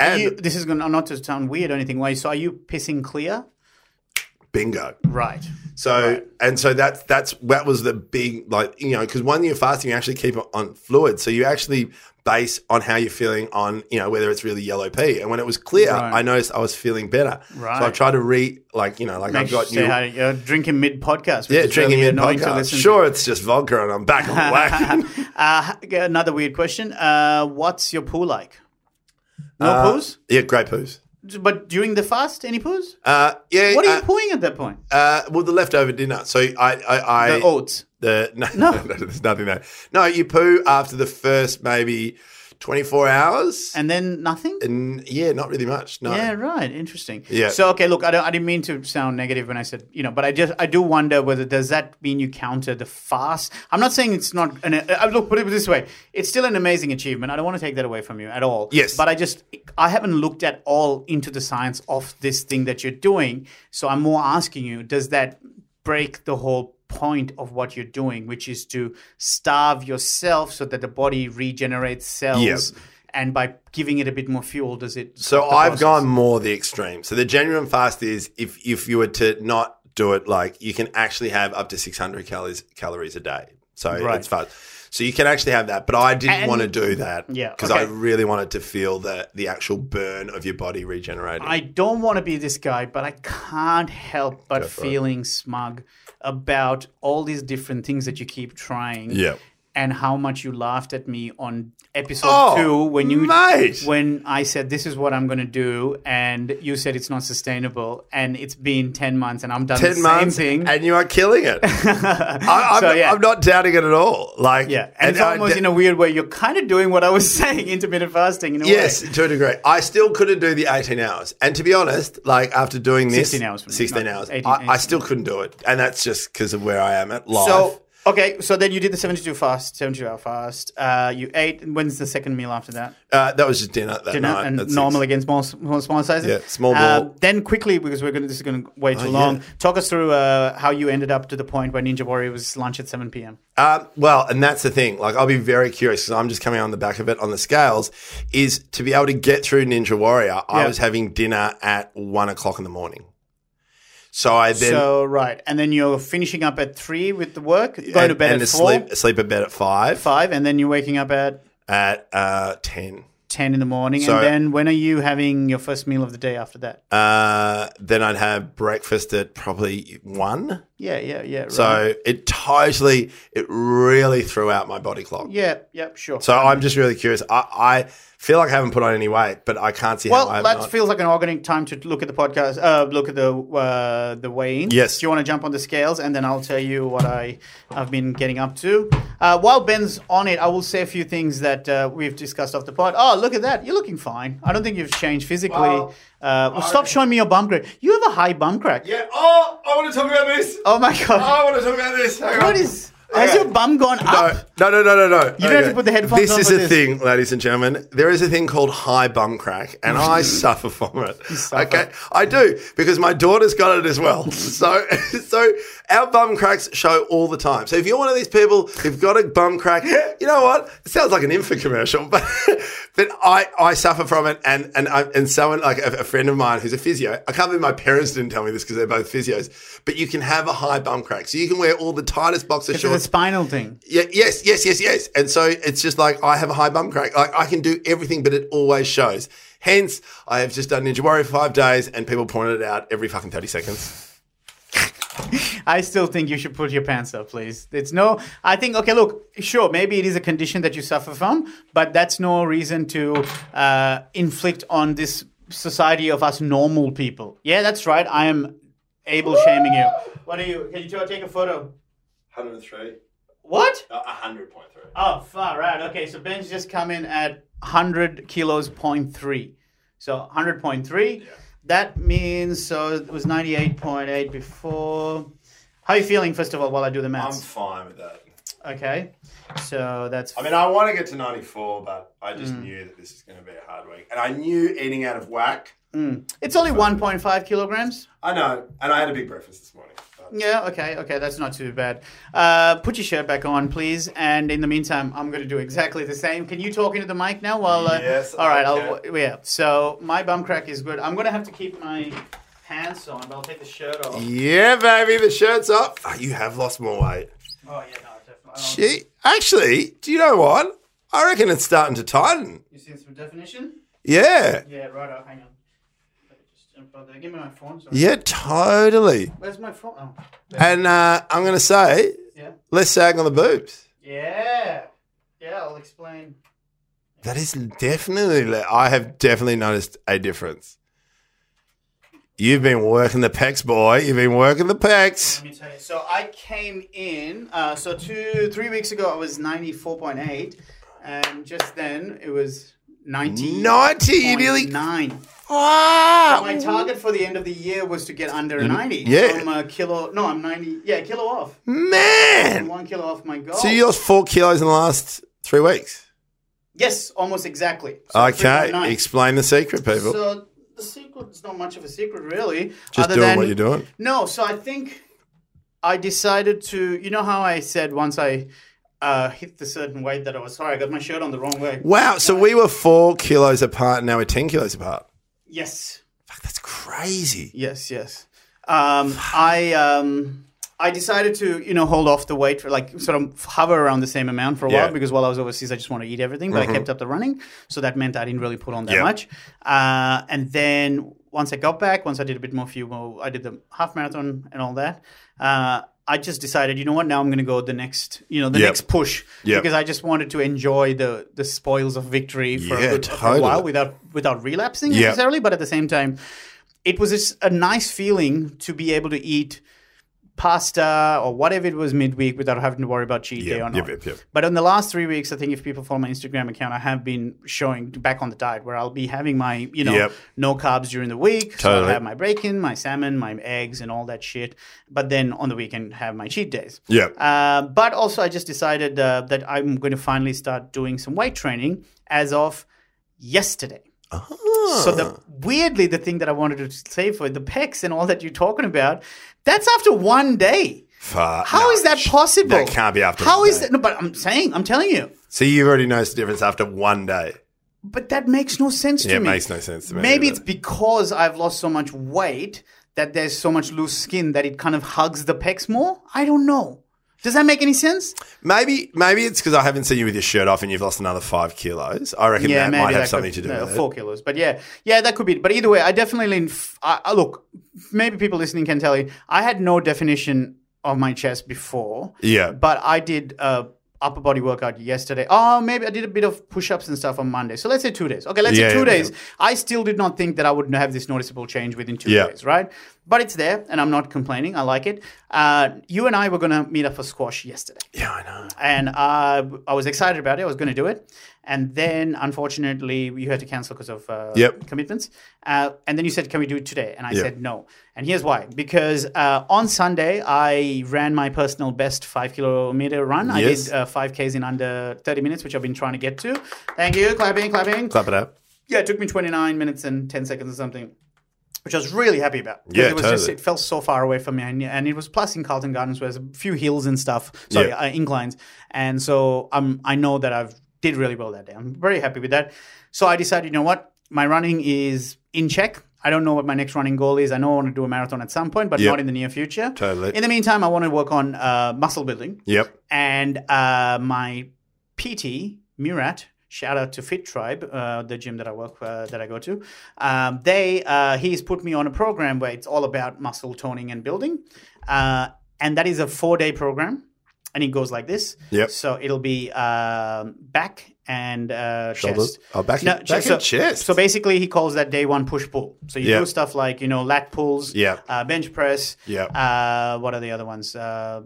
Speaker 2: Are
Speaker 3: And-
Speaker 2: you- this is going to not to sound weird or anything. Why? So are you pissing clear?
Speaker 3: Bingo.
Speaker 2: Right.
Speaker 3: So and so that's that's that was the big like you know because one you're fasting you actually keep it on fluid so you actually base on how you're feeling on you know whether it's really yellow pea and when it was clear
Speaker 2: Right.
Speaker 3: I noticed I was feeling better
Speaker 2: Right.
Speaker 3: so I tried to re like you know like
Speaker 2: Make
Speaker 3: I've
Speaker 2: sure
Speaker 3: got
Speaker 2: you stay
Speaker 3: new
Speaker 2: hyd- you're drinking mid podcast.
Speaker 3: yeah drinking
Speaker 2: really
Speaker 3: in
Speaker 2: annoying to
Speaker 3: podcast
Speaker 2: listen to.
Speaker 3: sure it's just vodka and I'm back on the
Speaker 2: [LAUGHS]
Speaker 3: wagon
Speaker 2: Uh, h- another weird question. Uh, what's your poo like? No
Speaker 3: Uh,
Speaker 2: poos,
Speaker 3: yeah great poos
Speaker 2: but during the fast, any poos?
Speaker 3: uh, yeah
Speaker 2: What are
Speaker 3: uh,
Speaker 2: you pooing at that point?
Speaker 3: uh, well the leftover dinner so I I, I
Speaker 2: the oats.
Speaker 3: The no, [LAUGHS] no. there's nothing there. No, you poo after the first maybe 24 hours,
Speaker 2: And then nothing?
Speaker 3: and yeah, not really much. No,
Speaker 2: Yeah, right. Interesting.
Speaker 3: Yeah.
Speaker 2: So okay, look, I don't. I didn't mean to sound negative when I said you know, but I just I do wonder whether does that mean you counter the fast? I'm not saying it's not. An, uh, uh, look, put it this way, it's still an amazing achievement. I don't want to take that away from you at all.
Speaker 3: Yes.
Speaker 2: But I just I haven't looked at all into the science of this thing that you're doing. So I'm more asking you, does that break the whole point of what you're doing, which is to starve yourself so that the body regenerates cells. And by giving it a bit more fuel, does it?
Speaker 3: So
Speaker 2: stop the
Speaker 3: I've
Speaker 2: process?
Speaker 3: gone more the extreme. So the genuine fast is if if you were to not do it, like you can actually have up to 600 calories calories a day. So
Speaker 2: Right.
Speaker 3: it's fun. So you can actually have that, but I didn't
Speaker 2: And-
Speaker 3: want to do that
Speaker 2: Yeah,
Speaker 3: because I
Speaker 2: okay.
Speaker 3: really wanted to feel the the actual burn of your body regenerating.
Speaker 2: I don't want to be this guy, but I can't help but
Speaker 3: Go for it.
Speaker 2: feeling smug about all these different things that you keep trying.
Speaker 3: Yeah.
Speaker 2: And how much you laughed at me on episode
Speaker 3: Oh,
Speaker 2: two when you
Speaker 3: mate.
Speaker 2: when I said this is what I'm gonna do and you said it's not sustainable and it's been ten months and I'm done the
Speaker 3: Ten
Speaker 2: same
Speaker 3: months,
Speaker 2: thing.
Speaker 3: and you are killing
Speaker 2: [LAUGHS]
Speaker 3: it. I, I'm,
Speaker 2: So, yeah.
Speaker 3: I'm not doubting it at all. Like,
Speaker 2: yeah. And, it's
Speaker 3: I
Speaker 2: almost
Speaker 3: de-
Speaker 2: in a weird way, you're kind of doing what I was [LAUGHS] saying, intermittent fasting in a
Speaker 3: Yes,
Speaker 2: way.
Speaker 3: to a degree. I still couldn't do the 18 hours. And to be honest, like after doing this
Speaker 2: 16 hours for me,
Speaker 3: 16
Speaker 2: not
Speaker 3: hours,
Speaker 2: 18,
Speaker 3: I, I
Speaker 2: 18.
Speaker 3: still couldn't do it. And that's just because of where I am at life.
Speaker 2: So okay, so then you did the seventy-two fast, seventy-two hour fast. Uh, you ate. and When's the second meal after that?
Speaker 3: uh, that was just dinner that
Speaker 2: Dinner
Speaker 3: night.
Speaker 2: and
Speaker 3: at
Speaker 2: normal
Speaker 3: six.
Speaker 2: again, small, small, small sizes.
Speaker 3: Yeah, small
Speaker 2: Uh,
Speaker 3: ball. Oh,
Speaker 2: then quickly because we're gonna this is gonna way too
Speaker 3: yeah.
Speaker 2: long. Talk us through uh, how you ended up to the point where Ninja Warrior was lunch at seven p.m.
Speaker 3: Um, well, and that's the thing. Like, I'll be very curious because I'm just coming on the back of it on the scales. Is to be able to get through Ninja Warrior, I
Speaker 2: Yeah.
Speaker 3: was having dinner at one o'clock in the morning. So I then
Speaker 2: so right, and then you're finishing up at three with the work, going
Speaker 3: and,
Speaker 2: to bed
Speaker 3: and
Speaker 2: at four,
Speaker 3: sleep sleep in bed at five,
Speaker 2: five, and then you're waking up at
Speaker 3: at uh, ten.
Speaker 2: ten in the morning.
Speaker 3: So-
Speaker 2: and then when are you having your first meal of the day after that?
Speaker 3: Uh, then I'd have breakfast at probably one.
Speaker 2: yeah, yeah, yeah. Right.
Speaker 3: So it totally, it really threw out my body clock.
Speaker 2: yeah, yeah, sure.
Speaker 3: So I'm just really curious. I, I feel like I haven't put on any weight, but I can't see
Speaker 2: Well,
Speaker 3: how I have
Speaker 2: that
Speaker 3: not.
Speaker 2: feels like an organic time to look at the podcast. Uh, look at the uh, the weighing.
Speaker 3: Yes.
Speaker 2: Do you want to jump on the scales, and then I'll tell you what I I've been getting up to. Uh, while Ben's on it, I will say a few things that uh, we've discussed off the pod. Oh, look at that! You're looking fine. I don't think you've changed physically. uh, well, stop showing me your bum crack. You have a high bum crack.
Speaker 3: yeah. Oh, I want to talk about this.
Speaker 2: Oh my god!
Speaker 3: I want to talk about this. Hang on.
Speaker 2: what is? Has
Speaker 3: Okay.
Speaker 2: your bum gone
Speaker 3: No,
Speaker 2: up?
Speaker 3: no, no, no, no, no.
Speaker 2: You don't have to put the headphones
Speaker 3: This
Speaker 2: on
Speaker 3: is
Speaker 2: for
Speaker 3: a
Speaker 2: this.
Speaker 3: thing, ladies and gentlemen. There is a thing called high bum crack, and
Speaker 2: [LAUGHS]
Speaker 3: I suffer from it. Okay, I do because my daughter's got it as
Speaker 2: [LAUGHS]
Speaker 3: well. So, so our bum cracks show all the time. So if you're one of these people who've got a bum
Speaker 2: [LAUGHS]
Speaker 3: crack, you know what? It sounds like an infomercial, [LAUGHS] but but I, I suffer from it, and and I, and someone like a, a friend of mine who's a physio. I can't believe my parents didn't tell me this because they're both physios. But you can have a high bum crack, so you can wear all the tightest boxer
Speaker 2: It's a
Speaker 3: shorts
Speaker 2: spinal thing.
Speaker 3: yeah, yes, yes, yes, yes. And so it's just like I have a high bum crack. Like I can do everything, but it always shows. Hence, I have just done Ninja Warrior for five days, and people pointed it out every fucking thirty seconds.
Speaker 2: [LAUGHS] I still think you should put your pants up, please. It's no, I think, okay, look, sure, maybe it is a condition that you suffer from, but that's no reason to uh, inflict on this society of us normal people. Yeah, that's right. I am able shaming you. What are you? Can you t- take a photo?
Speaker 3: Hundred three,
Speaker 2: What?
Speaker 3: hundred point three.
Speaker 2: Oh, far right. Okay, so Ben's just come in at 100 kilos, point three. So 100.3. That means, so it was 98.8 before. How are you feeling, first of all, while I do the maths?
Speaker 3: fine with that.
Speaker 2: Okay, so that's.
Speaker 3: I mean, I want to get to ninety four, but I just knew that this is going to be a hard week, and I knew eating out of whack.
Speaker 2: it's only 1.5 kilograms.
Speaker 3: I know, and I had a big breakfast this morning. but-
Speaker 2: Yeah, okay, okay, that's not too bad. Uh, put your shirt back on, please. And in the meantime, I'm going to do exactly the same. Can you talk into the mic now? While uh,
Speaker 3: Yes,
Speaker 2: all right,
Speaker 3: I
Speaker 2: I'll yeah. So my bum crack is good. I'm going to have to keep my pants on, but I'll take the shirt off.
Speaker 3: Yeah, baby, the shirt's up. Oh, you have lost more weight.
Speaker 2: Oh yeah, no, definitely. Oh,
Speaker 3: Gee, actually, do you know what? I reckon it's starting to tighten.
Speaker 2: you seen some definition?
Speaker 3: Yeah.
Speaker 2: Yeah, right. Up, hang on. Let me Just jump out there. Give me my phone. Sorry.
Speaker 3: Yeah, totally.
Speaker 2: Where's my phone? Oh,
Speaker 3: And uh, I'm going to say,
Speaker 2: yeah,
Speaker 3: let's sag on the boobs.
Speaker 2: yeah, yeah. I'll explain.
Speaker 3: That is definitely, le- I have definitely noticed a difference. You've been working the pecs, boy. You've been working the pecs.
Speaker 2: Let me tell you. So I came in. Uh, so two, three weeks ago, I was ninety four point eight, and just then it was ninety.
Speaker 3: 90, you nearly.
Speaker 2: nine. My
Speaker 3: Ah,
Speaker 2: target for the end of the year was to get under ninety.
Speaker 3: yeah.
Speaker 2: I'm a kilo. No, I'm ninety. Yeah, kilo off. I'm
Speaker 3: man.
Speaker 2: one kilo off my goal.
Speaker 3: So you lost four kilos in the last three weeks.
Speaker 2: yes, almost exactly. So
Speaker 3: Okay,
Speaker 2: 3.9.
Speaker 3: explain the secret, people.
Speaker 2: So the secret is not much of a secret, really.
Speaker 3: Just
Speaker 2: other
Speaker 3: doing
Speaker 2: than-
Speaker 3: what you're doing.
Speaker 2: No, so I think I decided to. You know how I said once I uh, hit the certain weight that I was. Sorry, I got my shirt on the wrong way.
Speaker 3: Wow, so we were four kilos apart and now we're 10 kilos apart.
Speaker 2: Yes,
Speaker 3: Fuck, that's crazy.
Speaker 2: yes, yes. Um, I um, I decided to, you know, hold off the weight for like sort of hover around the same amount for a while
Speaker 3: Yeah. Mm-hmm.
Speaker 2: because while I was overseas, I just want to eat everything. But I kept up the running, so that meant I didn't really put on that
Speaker 3: Yeah.
Speaker 2: much. Uh, and then once I got back, once I did a bit more fuel, I did the half marathon and all that. Uh, I just decided, you know what? Now I'm going to go the next, you know, the
Speaker 3: Yep.
Speaker 2: next push
Speaker 3: Yep.
Speaker 2: because I just wanted to enjoy the the spoils of victory for,
Speaker 3: Yeah,
Speaker 2: a, good, for a
Speaker 3: totally.
Speaker 2: while without without relapsing
Speaker 3: Yeah.
Speaker 2: necessarily. But at the same time, it was just a nice feeling to be able to eat pasta or whatever it was midweek without having to worry about cheat
Speaker 3: Yeah,
Speaker 2: day or not.
Speaker 3: yep, yep, yep.
Speaker 2: But in the last three weeks, I think if people follow my Instagram account, I have been showing back on the diet where I'll be having my, you know,
Speaker 3: Yep.
Speaker 2: no carbs during the week. So I'll
Speaker 3: Totally.
Speaker 2: have my bacon, my salmon, my eggs, and all that shit. But then on the weekend, have my cheat days.
Speaker 3: Yeah.
Speaker 2: Uh, but also, I just decided uh, that I'm going to finally start doing some weight training as of yesterday. Uh, So
Speaker 3: Ah.
Speaker 2: the weirdly, the thing that I wanted to say for the pecs and all that you're talking about, that's after one day.
Speaker 3: Fuck,
Speaker 2: How
Speaker 3: no,
Speaker 2: is that
Speaker 3: sh-
Speaker 2: possible?
Speaker 3: That can't be after.
Speaker 2: How
Speaker 3: one
Speaker 2: is
Speaker 3: day.
Speaker 2: that? No, but I'm saying, I'm telling you,
Speaker 3: So you already noticed the difference after one day.
Speaker 2: but that makes no sense
Speaker 3: Yeah,
Speaker 2: to
Speaker 3: it
Speaker 2: me.
Speaker 3: makes no sense to me.
Speaker 2: Maybe it's
Speaker 3: either.
Speaker 2: because I've lost so much weight that there's so much loose skin that it kind of hugs the pecs more. I don't know. Does that make any sense?
Speaker 3: maybe maybe it's because I haven't seen you with your shirt off and you've lost another five kilos. I reckon that might have
Speaker 2: could-
Speaker 3: something to do
Speaker 2: no,
Speaker 3: with it.
Speaker 2: Four kilos, but yeah, yeah, that could be. it. But either way, I definitely inf- I, I- look. Maybe people listening can tell you I had no definition of my chest before.
Speaker 3: Yeah.
Speaker 2: but I did a upper body workout yesterday. Oh, maybe I did a bit of push ups and stuff on Monday. So let's say two days. Okay, let's
Speaker 3: Yeah,
Speaker 2: say two
Speaker 3: yeah,
Speaker 2: days. I still did not think that I would have this noticeable change within two
Speaker 3: Yeah.
Speaker 2: days, right? But it's there, and I'm not complaining. I like it. Uh, you and I were gonna meet up for squash yesterday
Speaker 3: Yeah, I know.
Speaker 2: and uh, I was excited about it. I was going to do it, and then unfortunately we had to cancel because of uh,
Speaker 3: Yep.
Speaker 2: commitments. Uh, and then you said, "Can we do it today?" And I
Speaker 3: Yeah.
Speaker 2: said, "No." And here's why: because uh, on Sunday I ran my personal best five kilometer run.
Speaker 3: Yes.
Speaker 2: I did uh, five k's in under thirty minutes, which I've been trying to get to. Thank you, clapping, clapping.
Speaker 3: Clap it up.
Speaker 2: yeah, it took me twenty nine minutes and ten seconds or something. Which I was really happy about. 'Cause
Speaker 3: Yeah,
Speaker 2: it was just
Speaker 3: totally.
Speaker 2: it felt so far away from me, and, and it was plus in Carlton Gardens, where there's a few hills and stuff. Sorry,
Speaker 3: Yeah.
Speaker 2: uh, inclines, and so I'm I know that I've did really well that day. I'm very happy with that. So I decided, you know what, my running is in check. I don't know what my next running goal is. I know I want to do a marathon at some point, but
Speaker 3: Yep.
Speaker 2: not in the near future.
Speaker 3: Totally.
Speaker 2: In the meantime, I want to work on uh, muscle building
Speaker 3: Yep.
Speaker 2: and uh, my PT Murat. Shout out to Fit Tribe, uh, the gym that I work uh, that I go to. Um, they uh, he's put me on a program where it's all about muscle toning and building, uh, and that is a four day program, and it goes like this.
Speaker 3: Yep.
Speaker 2: So it'll be um back and uh,
Speaker 3: Shoulders.
Speaker 2: chest.
Speaker 3: Oh, back and- back
Speaker 2: so,
Speaker 3: and chest.
Speaker 2: So basically, he calls that day one push pull. So you
Speaker 3: Yeah.
Speaker 2: do stuff like you know lat pulls,
Speaker 3: Yeah.
Speaker 2: uh, bench press,
Speaker 3: Yeah.
Speaker 2: uh, what are the other ones? Uh,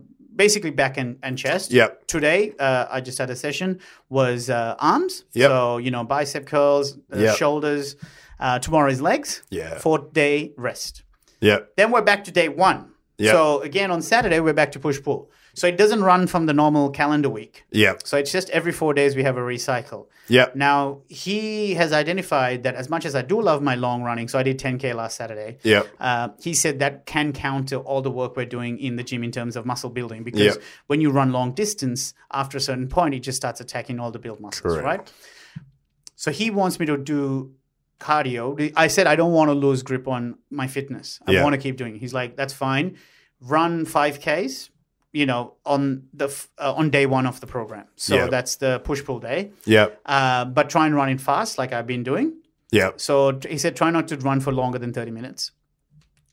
Speaker 2: basically back and, and chest.
Speaker 3: Yep.
Speaker 2: Today, uh, I just had a session was uh, arms.
Speaker 3: Yep.
Speaker 2: So you know bicep curls, uh,
Speaker 3: Yep.
Speaker 2: shoulders. Uh, tomorrow is legs.
Speaker 3: Yeah.
Speaker 2: Fourth day rest.
Speaker 3: Yep.
Speaker 2: Then we're back to day one.
Speaker 3: Yep.
Speaker 2: So again on Saturday we're back to push pull. So it doesn't run from the normal calendar week.
Speaker 3: Yep.
Speaker 2: So it's just every four days we have a recycle.
Speaker 3: Yep.
Speaker 2: Now he has identified that as much as I do love my long running, so I did 10k last Saturday.
Speaker 3: Yep.
Speaker 2: Uh, he said that can counter all the work we're doing in the gym in terms of muscle building because
Speaker 3: Yep.
Speaker 2: when you run long distance, after a certain point, it just starts attacking all the build muscles,
Speaker 3: Correct.
Speaker 2: right? So he wants me to do cardio. I said I don't want to lose grip on my fitness. I
Speaker 3: Yeah.
Speaker 2: want to keep doing. It. He's like, that's fine. Run five ks. You know, on the f- uh, on day one of the program. So
Speaker 3: Yeah.
Speaker 2: that's the push pull day.
Speaker 3: Yep.
Speaker 2: Uh, but try and run it fast, like I've been doing.
Speaker 3: Yep.
Speaker 2: So t- he said, try not to run for longer than 30 minutes.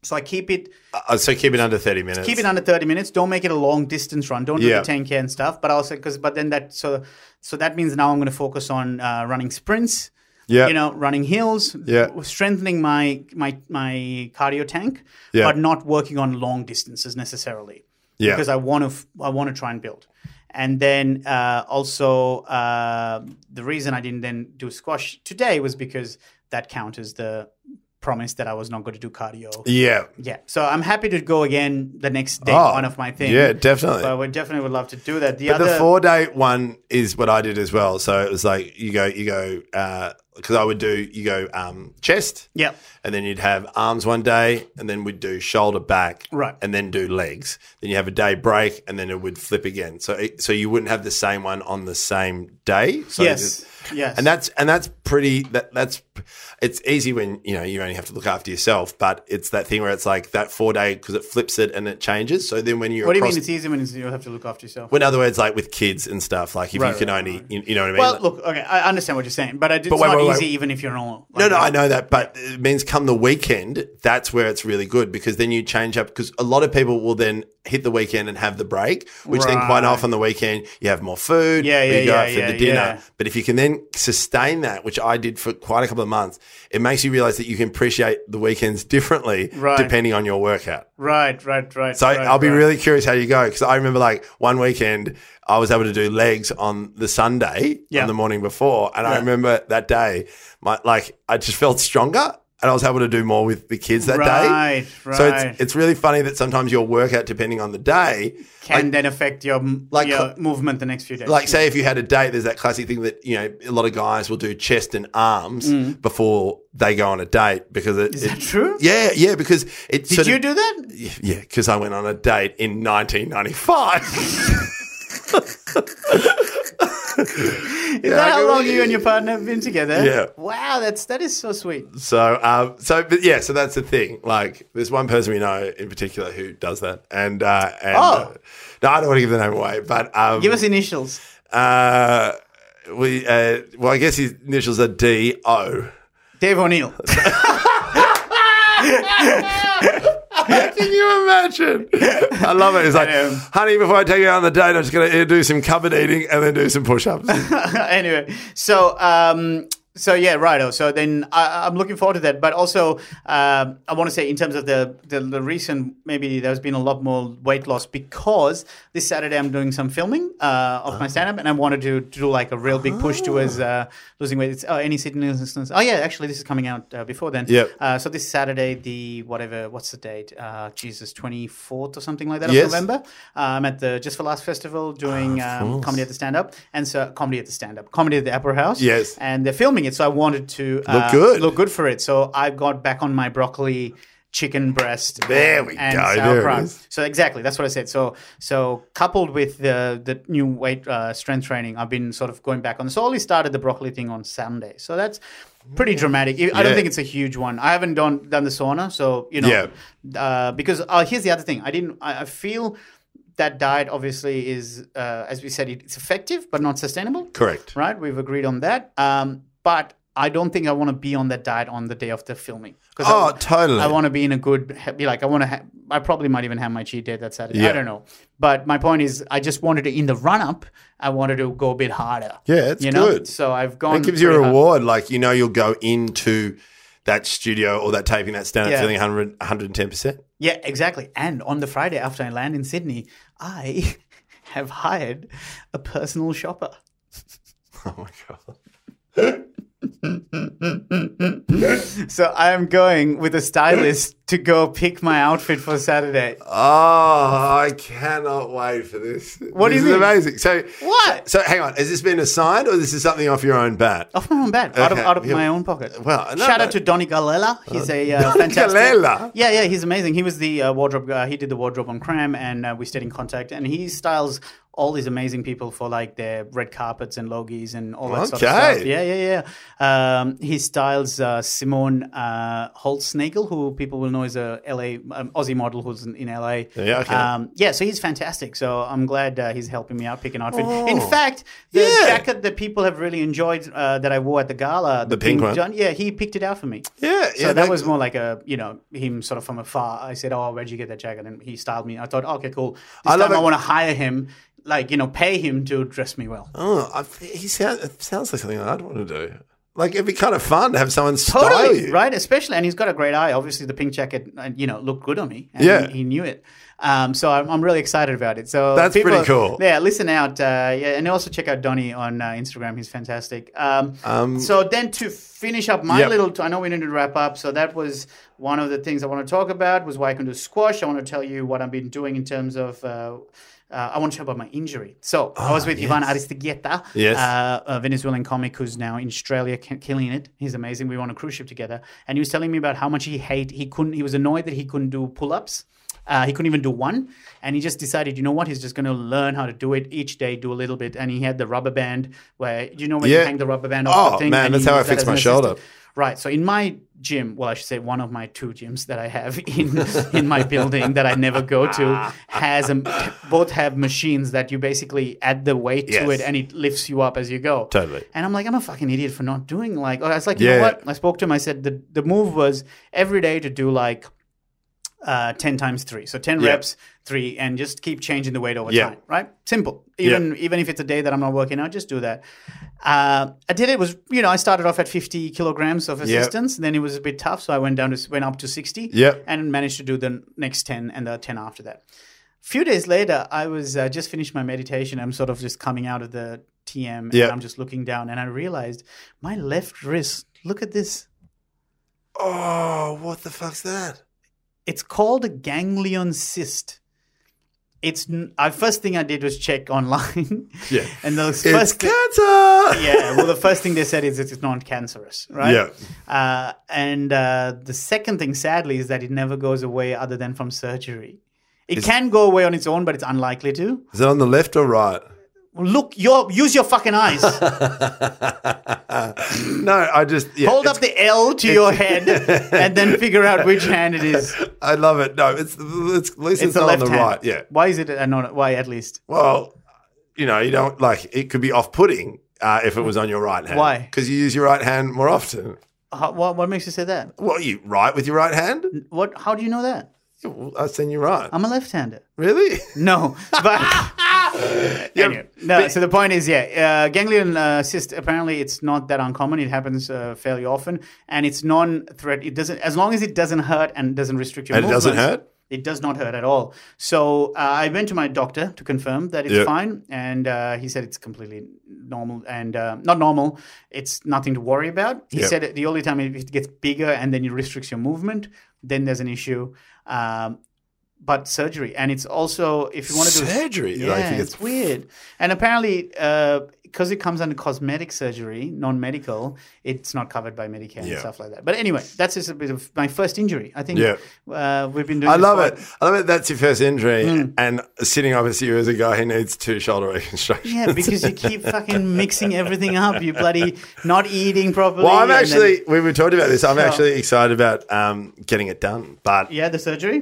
Speaker 2: So I keep it
Speaker 3: Uh, so keep it under thirty minutes.
Speaker 2: keep it under 30 minutes. Don't make it a long distance run. Don't
Speaker 3: Yeah.
Speaker 2: do the 10k and stuff. But also because but then that so so that means now I'm going to focus on uh, running sprints.
Speaker 3: Yep.
Speaker 2: You know, running hills.
Speaker 3: Yeah.
Speaker 2: Strengthening my my my cardio tank,
Speaker 3: Yeah.
Speaker 2: but not working on long distances necessarily
Speaker 3: Yeah.
Speaker 2: because I want to f- I want to try and build. And then uh, also uh, the reason I didn't then do squash today was because that counters the promise that I was not going to do cardio.
Speaker 3: Yeah.
Speaker 2: Yeah, so I'm happy to go again the next day.
Speaker 3: Oh,
Speaker 2: One of my things.
Speaker 3: Yeah, definitely.
Speaker 2: So I would definitely would love to do that. The
Speaker 3: But
Speaker 2: other
Speaker 3: the four day one is what I did as well. So it was like you go, you go, because I would do you go um, chest,
Speaker 2: yeah,
Speaker 3: and then you'd have arms one day, and then we'd do shoulder back,
Speaker 2: Right.
Speaker 3: and then do legs. Then you have a day break, and then it would flip again. So it, so you wouldn't have the same one on the same day. So
Speaker 2: Yes.
Speaker 3: it-
Speaker 2: Yes.
Speaker 3: And that's and that's pretty that that's it's easy when you know you only have to look after yourself, but it's that thing where it's like that four day because it flips it and it changes. So then when you're
Speaker 2: What do you
Speaker 3: across,
Speaker 2: mean it's easy when it's, you have to look after yourself?
Speaker 3: well, in other words, like with kids and stuff, like if
Speaker 2: Right,
Speaker 3: you can
Speaker 2: right,
Speaker 3: only you, you know what I mean.
Speaker 2: Well,
Speaker 3: Like-
Speaker 2: look, okay, I understand what you're saying, but it's
Speaker 3: But wait,
Speaker 2: not
Speaker 3: wait, wait.
Speaker 2: easy even if you're normal.
Speaker 3: No, no, I know that, but it means come the weekend, that's where it's really good because then you change up because a lot of people will then hit the weekend and have the break, which then quite
Speaker 2: Right.
Speaker 3: often the weekend you have more food,
Speaker 2: Yeah,
Speaker 3: you
Speaker 2: yeah,
Speaker 3: go out
Speaker 2: yeah,
Speaker 3: for
Speaker 2: yeah,
Speaker 3: the dinner.
Speaker 2: yeah.
Speaker 3: But if you can then sustain that, which I did for quite a couple of months, it makes you realize that you can appreciate the weekends differently
Speaker 2: Right.
Speaker 3: depending on your workout.
Speaker 2: Right, right, right.
Speaker 3: So
Speaker 2: right,
Speaker 3: I'll be
Speaker 2: right.
Speaker 3: really curious how you go because I remember like one weekend I was able to do legs on the Sunday
Speaker 2: Yeah.
Speaker 3: on the morning before, and I
Speaker 2: Yeah.
Speaker 3: remember that day, my like I just felt stronger and I was able to do more with the kids that
Speaker 2: Right,
Speaker 3: day.
Speaker 2: right.
Speaker 3: So it's it's really funny that sometimes your workout depending on the day.
Speaker 2: Can then affect your m-
Speaker 3: Like-
Speaker 2: your movement the next few days.
Speaker 3: Like say if you had a date, there's that classic thing that you know a lot of guys will do chest and arms before they go on a date because it,
Speaker 2: Mm. is
Speaker 3: it-
Speaker 2: that true?
Speaker 3: yeah yeah because it
Speaker 2: Did you do that?
Speaker 3: yeah, because I went on a date in [LAUGHS] 1995.
Speaker 2: Is that how
Speaker 3: I-
Speaker 2: long you and your partner have been together?
Speaker 3: Yeah.
Speaker 2: Wow, that's that is so sweet.
Speaker 3: so, um, so, but yeah, so that's the thing. Like, there's one person we know in particular who does that, and uh, and
Speaker 2: Oh.
Speaker 3: uh, no, I don't want to give the name away, but um,
Speaker 2: Give us initials.
Speaker 3: uh, we uh, well, I guess his initials are D O. [LAUGHS]
Speaker 2: Dave O'Neill.
Speaker 3: Can you imagine? I love it. It's like,
Speaker 2: I know.
Speaker 3: honey, before I take you out on the date, I'm just going to do some cupboard eating and then do some
Speaker 2: [LAUGHS]
Speaker 3: push-ups.
Speaker 2: anyway, so um, so yeah, righto. So then I, I'm looking forward to that. But also, um I want to say in terms of the, the the recent, maybe there's been a lot more weight loss because this Saturday I'm doing some filming uh, of
Speaker 3: Ah.
Speaker 2: my stand up, and I wanted to, to do like a real big push towards uh, losing weight. It's, oh, any Sydney listeners? Oh yeah, actually, this is coming out uh, before then.
Speaker 3: Yep.
Speaker 2: Uh, so this Saturday, the whatever, what's the date? Uh, Jesus, 24th or something like that
Speaker 3: Yes.
Speaker 2: of November. I'm um, at the Just for Last Festival doing
Speaker 3: Ah,
Speaker 2: um, comedy at the stand up, and so comedy at the stand up, comedy at the Opera House.
Speaker 3: Yes.
Speaker 2: and they're filming it, so I wanted to uh,
Speaker 3: Look good.
Speaker 2: look good for it. So I got back on my broccoli. Chicken breast.
Speaker 3: There
Speaker 2: and-
Speaker 3: we
Speaker 2: and
Speaker 3: go, there it
Speaker 2: sauerkraut.
Speaker 3: is.
Speaker 2: So exactly, that's what I said. So so coupled with the the new weight uh, strength training, I've been sort of going back on. So I only started the broccoli thing on Sunday. So that's pretty dramatic. I
Speaker 3: Yeah.
Speaker 2: don't think it's a huge one. I haven't done done the sauna, so you know
Speaker 3: Yeah.
Speaker 2: uh, because uh, here's the other thing. I didn't. I, I feel that diet obviously is, uh, as we said, it- it's effective but not sustainable.
Speaker 3: Correct.
Speaker 2: Right. We've agreed on that. Um, but I don't think I want to be on that diet on the day of the filming. 'Cause
Speaker 3: Oh,
Speaker 2: I,
Speaker 3: totally.
Speaker 2: I want to be in a good, be like, I want to. Ha- I probably might even have my cheat day that Saturday.
Speaker 3: Yeah.
Speaker 2: I don't know. But my point is, I just wanted to in the run up. I wanted to go a bit harder.
Speaker 3: Yeah, it's
Speaker 2: you know?
Speaker 3: good.
Speaker 2: So I've gone.
Speaker 3: It gives you a
Speaker 2: pretty hard.
Speaker 3: reward. Like, you know, you'll go into that studio or that taping, that stand up
Speaker 2: Yeah.
Speaker 3: feeling 100, 110%.
Speaker 2: Yeah, exactly. And on the Friday after I land in Sydney, I [LAUGHS] have hired a personal shopper.
Speaker 3: [LAUGHS]
Speaker 2: [LAUGHS]
Speaker 3: Oh my God.
Speaker 2: So I am going with a stylist to go pick my outfit for Saturday.
Speaker 3: Oh, I cannot wait for this.
Speaker 2: What do
Speaker 3: this
Speaker 2: you mean?
Speaker 3: is amazing. So,
Speaker 2: What? Oh,
Speaker 3: so hang on. Has this been assigned or this is something off your own bat?
Speaker 2: Off my own bed, out of,
Speaker 3: Okay,
Speaker 2: out of
Speaker 3: yeah.
Speaker 2: my own pocket.
Speaker 3: Well, no,
Speaker 2: shout
Speaker 3: no.
Speaker 2: out to Donny Galella. He's a uh,
Speaker 3: Donny
Speaker 2: fantastic.
Speaker 3: Galella?
Speaker 2: Yeah, yeah, he's amazing. He was the uh, wardrobe guy. He did the wardrobe on Cram, and uh, we stayed in contact. And he styles all these amazing people for like their red carpets and logies and all that sort of
Speaker 3: Okay.
Speaker 2: stuff. Yeah, yeah, yeah. Um, he styles uh, Simone uh, Holtznagel, who people will know is a LA um, Aussie model who's in, in LA.
Speaker 3: Yeah, okay.
Speaker 2: Um, yeah, so he's fantastic. So I'm glad uh, he's helping me out pick an outfit. In
Speaker 3: Oh.
Speaker 2: fact, the
Speaker 3: Yeah.
Speaker 2: jacket that people have really enjoyed uh, that I wore at the gala,
Speaker 3: The pink one?
Speaker 2: John, yeah, he picked it out for me.
Speaker 3: Yeah.
Speaker 2: So
Speaker 3: yeah,
Speaker 2: that, was more like a, you know, him sort of from afar. I said, "Oh, where'd you get that jacket?" And he styled me. I thought, "Okay, cool. This
Speaker 3: I love
Speaker 2: time I
Speaker 3: it.
Speaker 2: want to hire him, like you know, pay him to dress me well."
Speaker 3: Oh, I, he sounds, it sounds like something I'd want to do. Like, it'd be kind of fun to have someone style
Speaker 2: Totally
Speaker 3: you.
Speaker 2: right, especially, and he's got a great eye. Obviously, the pink jacket, uh, you know, looked good on me. And
Speaker 3: Yeah.
Speaker 2: he, he knew it. Um, so I'm, I'm really excited about it. So
Speaker 3: That's pretty cool.
Speaker 2: Yeah, listen out. Uh, yeah, and also check out Donny on uh, Instagram. He's fantastic. Um,
Speaker 3: Um,
Speaker 2: so then to finish up my
Speaker 3: Yep.
Speaker 2: little, I know we need to wrap up. So that was one of the things I want to talk about was why I can do squash. I want to tell you what I've been doing in terms of. Uh, uh, I want to talk about my injury. So I was with Ivan Aristeguieta,
Speaker 3: Ah, Yes.
Speaker 2: uh, a Venezuelan comic who's now in Australia, ki- killing it. He's amazing. We were on a cruise ship together, and he was telling me about how much he hate. He couldn't. He was annoyed that he couldn't do pull ups. Uh, he couldn't even do one. And he just decided, you know what? He's just going to learn how to do it each day, do a little bit. And he had the rubber band where, you know, when
Speaker 3: Yeah.
Speaker 2: you hang the rubber band off
Speaker 3: Oh,
Speaker 2: the thing.
Speaker 3: man,
Speaker 2: and
Speaker 3: that's
Speaker 2: he
Speaker 3: how I
Speaker 2: used that
Speaker 3: fixed
Speaker 2: as
Speaker 3: my
Speaker 2: an
Speaker 3: shoulder.
Speaker 2: assistant. Right. So in my gym, well, I should say one of my two gyms that I have [LAUGHS] in in my building that I never go
Speaker 3: [LAUGHS]
Speaker 2: to has a, both have machines that you basically add the weight
Speaker 3: Yes.
Speaker 2: to it and it lifts you up as you go.
Speaker 3: Totally.
Speaker 2: And I'm like, I'm a fucking idiot for not doing like. I was like, you
Speaker 3: Yeah.
Speaker 2: know what? I spoke to him. I said the the move was every day to do like. Uh, 10 times 3 so 10
Speaker 3: Yeah.
Speaker 2: reps 3 and just keep changing the weight over
Speaker 3: Yeah.
Speaker 2: time right simple even even if it's a day that i'm not working out just do that uh, I did it was you know I started off at 50 kilograms of
Speaker 3: Yep.
Speaker 2: assistance. Then it was a bit tough, so I went down to went up to 60.
Speaker 3: Yep.
Speaker 2: and managed to do the next 10 and the 10 after that. A few days later, I was uh, just finished my meditation. I'm sort of just coming out of the TM, and
Speaker 3: Yep.
Speaker 2: I'm just looking down, and I realized my left wrist. Look at this.
Speaker 3: Oh, what the fuck's that?
Speaker 2: It's called a ganglion cyst. It's n- I first thing I did was check online.
Speaker 3: Yeah.
Speaker 2: [LAUGHS] and the first
Speaker 3: It's
Speaker 2: thi-
Speaker 3: cancer.
Speaker 2: yeah, well, the first thing they said is it's non cancerous, right?
Speaker 3: Yeah.
Speaker 2: Uh, and uh, the second thing, sadly, is that it never goes away other than from surgery. It can go away on its own, but it's unlikely to.
Speaker 3: Is it on the left or right?
Speaker 2: Look, your use your fucking eyes.
Speaker 3: No, I just yeah,
Speaker 2: Hold up the L to your head, and then figure out which hand
Speaker 3: [LAUGHS]
Speaker 2: it is.
Speaker 3: I love it. No, it's it's at least it's,
Speaker 2: It's the
Speaker 3: not on
Speaker 2: left
Speaker 3: the
Speaker 2: hand.
Speaker 3: right. Yeah.
Speaker 2: Why is it? Uh, not, why at least?
Speaker 3: Well, you know, you don't like it could be off-putting uh, if it was on your right hand.
Speaker 2: Why?
Speaker 3: Because you use your right hand more often.
Speaker 2: How, what, what makes you say that?
Speaker 3: Well, you right with your right hand?
Speaker 2: What? How do you know that?
Speaker 3: Yeah, well, I've seen you right.
Speaker 2: I'm a left-hander.
Speaker 3: really? [LAUGHS]
Speaker 2: No, [LAUGHS] but anyway, no. so the point is, yeah, uh, ganglion uh, cyst. Apparently, it's not that uncommon. It happens uh, fairly often, and it's non-threat. It doesn't, as long as it doesn't hurt and doesn't restrict your.
Speaker 3: And it doesn't
Speaker 2: movements,
Speaker 3: hurt?
Speaker 2: It does not hurt at all. So uh, I went to my doctor to confirm that it's
Speaker 3: Yeah.
Speaker 2: fine, and uh, he said it's completely normal and uh, not normal. It's nothing to worry about. He
Speaker 3: Yeah.
Speaker 2: said the only time if it gets bigger and then it restricts your movement, then there's an issue. Um, but surgery, and it's also if you want to do
Speaker 3: Surgery?
Speaker 2: yeah,
Speaker 3: Like, you get-
Speaker 2: it's weird. And apparently, because it comes under cosmetic surgery, non-medical, it's not covered by Medicare and
Speaker 3: Yeah.
Speaker 2: stuff like that. But anyway, that's just a bit of my first injury. I think
Speaker 3: Yeah.
Speaker 2: uh, we've been doing.
Speaker 3: I
Speaker 2: this
Speaker 3: love
Speaker 2: for-
Speaker 3: it. I love it. That's your first injury,
Speaker 2: Hmm.
Speaker 3: and sitting opposite you is a guy who needs two shoulder [LAUGHS] reconstructions.
Speaker 2: [LAUGHS] Yeah, because you keep fucking mixing everything up. You bloody not eating properly.
Speaker 3: Well, I'm
Speaker 2: and then-
Speaker 3: actually. we were talking about this. I'm
Speaker 2: Sure.
Speaker 3: actually excited about um, getting it done, but yeah,
Speaker 2: yeah, the surgery.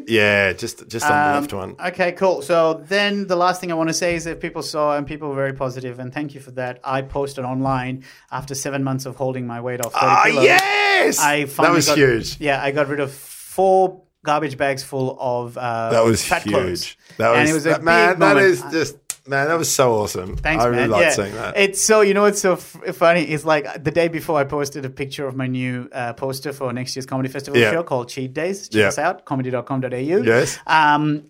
Speaker 3: just just on the
Speaker 2: Um,
Speaker 3: left one.
Speaker 2: Okay, cool. So then the last thing I want to say is that people saw and people were very positive, and thank you for that. I posted online after seven months of holding my weight off 30
Speaker 3: Ah,
Speaker 2: kilos.
Speaker 3: yes,
Speaker 2: I
Speaker 3: that
Speaker 2: finally
Speaker 3: was
Speaker 2: got-
Speaker 3: huge.
Speaker 2: Yeah, I got rid of four garbage bags full of uh,
Speaker 3: That was
Speaker 2: fat
Speaker 3: huge.
Speaker 2: clothes.
Speaker 3: That was,
Speaker 2: and it was a
Speaker 3: that- man.
Speaker 2: big
Speaker 3: That
Speaker 2: moment.
Speaker 3: is just man. That was so awesome.
Speaker 2: Thanks,
Speaker 3: I really
Speaker 2: man.
Speaker 3: liked
Speaker 2: yeah.
Speaker 3: seeing that.
Speaker 2: It's so you know it's so f- funny. It's like the day before I posted a picture of my new uh, poster for next year's comedy festival
Speaker 3: Yeah.
Speaker 2: show called Cheat Days. Check
Speaker 3: Yeah.
Speaker 2: us out, comedy.com.au.
Speaker 3: Yes.
Speaker 2: Um,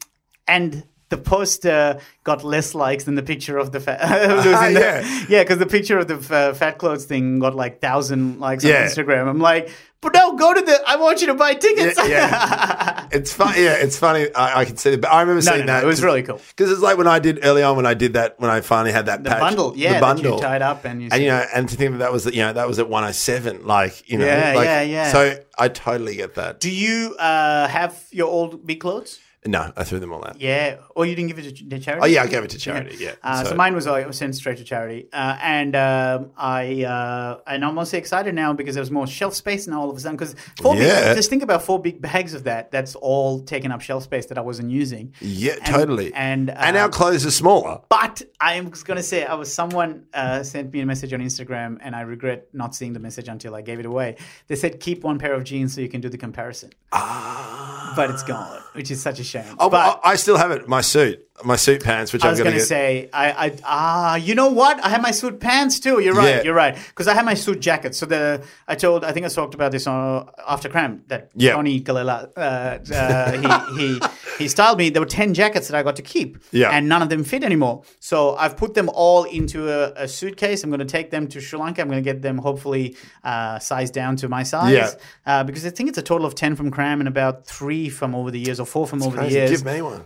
Speaker 2: and the poster got less likes than the picture [LAUGHS] of the fat. it was in the-
Speaker 3: Ah, Yeah.
Speaker 2: yeah, because the picture of the uh, fat clothes thing got like thousand likes
Speaker 3: Yeah.
Speaker 2: on Instagram. I'm like, but no, go to the. I want you to buy tickets.
Speaker 3: Yeah,
Speaker 2: [LAUGHS]
Speaker 3: yeah. it's fun. Yeah, it's funny. I, I can see that. But I remember
Speaker 2: no,
Speaker 3: seeing
Speaker 2: no, no,
Speaker 3: that.
Speaker 2: it was really cool.
Speaker 3: because it's like when I did early on when I did that when I finally had that
Speaker 2: The
Speaker 3: patch,
Speaker 2: bundle, yeah,
Speaker 3: the
Speaker 2: that you
Speaker 3: bundle
Speaker 2: tied up and you.
Speaker 3: And you know, and to think that that was you know that was at one oh seven, like you know,
Speaker 2: Yeah,
Speaker 3: like,
Speaker 2: yeah, yeah.
Speaker 3: So I totally get that.
Speaker 2: Do you uh, have your old big clothes?
Speaker 3: No, I threw them all out.
Speaker 2: Yeah, or you didn't give it to the charity.
Speaker 3: Oh yeah, I gave it to charity. Yeah,
Speaker 2: Uh, so, mine was, I was sent straight to charity, uh, and um, I uh, and I'm also excited now because there's more shelf space now all of a sudden. Because four,
Speaker 3: Yeah.
Speaker 2: big, just think about four big bags of that. That's all taken up shelf space that I wasn't using.
Speaker 3: yeah,
Speaker 2: and-
Speaker 3: totally.
Speaker 2: and,
Speaker 3: and
Speaker 2: uh,
Speaker 3: our clothes are smaller.
Speaker 2: But I am going to say, I was someone uh, sent me a message on Instagram, and I regret not seeing the message until I gave it away. They said keep one pair of jeans so you can do the comparison,
Speaker 3: Ah.
Speaker 2: but it's gone, which is such a shame.
Speaker 3: Oh,
Speaker 2: but,
Speaker 3: well, I, I still have it. My suit, my suit pants, which
Speaker 2: I
Speaker 3: I'm
Speaker 2: was
Speaker 3: going
Speaker 2: going
Speaker 3: to
Speaker 2: to
Speaker 3: get.
Speaker 2: say, I, I, ah, you know what? I had my suit pants too. You're right.
Speaker 3: Yeah.
Speaker 2: You're right. Because I had my suit jacket. So the, I told, I think I talked about this on after Cram that
Speaker 3: Yeah.
Speaker 2: Tony Galila, uh, uh, he, he, he styled me. There were 10 jackets that I got to keep.
Speaker 3: Yeah.
Speaker 2: And none of them fit anymore. So I've put them all into a, a suitcase. I'm going to take them to Sri Lanka. I'm going to get them hopefully uh, sized down to my size.
Speaker 3: Yeah.
Speaker 2: Uh, because I think it's a total of 10 from Cram and about three from over the years or four from over the
Speaker 3: Crazy.
Speaker 2: years.
Speaker 3: Give me one.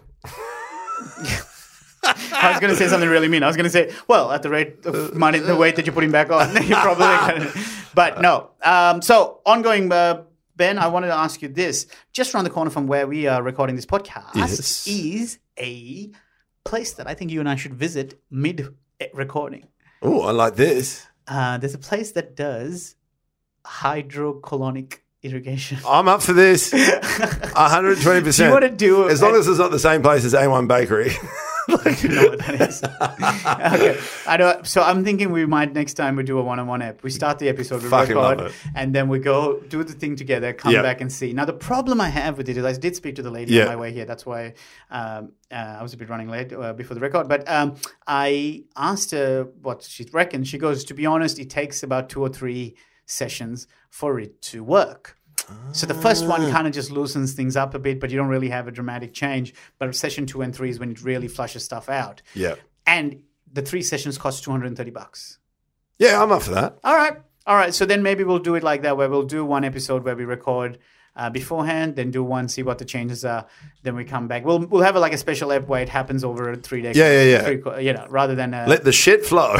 Speaker 2: I was going to say something really mean. I was going to say, well, at the rate of money, [LAUGHS] the weight that you're putting back on, you probably. Gonna, but no. Um, so ongoing uh, Ben, I wanted to ask you this. Just around the corner from where we are recording this podcast
Speaker 3: Yes.
Speaker 2: is a place that I think you and I should visit mid eh, recording.
Speaker 3: Oh, I like this.
Speaker 2: Uh, there's a place that does hydrocolonic irrigation.
Speaker 3: I'm up for
Speaker 2: [LAUGHS]
Speaker 3: this. 120%.
Speaker 2: Do you want to do
Speaker 3: as long as it's not the same place as A1 Bakery. [LAUGHS]
Speaker 2: [LAUGHS] you know what that is. okay. I know. So I'm thinking we might next time we do a one-on-one app. We start the episode, we
Speaker 3: Fucking love
Speaker 2: record,
Speaker 3: it.
Speaker 2: and then we go do the thing together. Come
Speaker 3: Yeah.
Speaker 2: back and see. Now the problem I have with it is I did speak to the lady
Speaker 3: Yeah.
Speaker 2: on my way here. That's why um, uh, I was a bit running late uh, before the record. But um, I asked her what she reckons. She goes, "To be honest, it takes about two or three sessions for it to work." So the first
Speaker 3: Ah.
Speaker 2: one kind of just loosens things up a bit, but you don't really have a dramatic change. But session two and three is when it really flushes stuff out
Speaker 3: yeah.
Speaker 2: and the three sessions cost 230 bucks
Speaker 3: Yeah, I'm up for that.
Speaker 2: all right all right so then maybe we'll do it like that where we'll do one episode where we record uh, beforehand then do one see what the changes are then we come back we'll we'll have a, like a special app where it happens over a three day
Speaker 3: Yeah, yeah, yeah.
Speaker 2: three co- you know rather than a,
Speaker 3: Let the shit flow. [LAUGHS]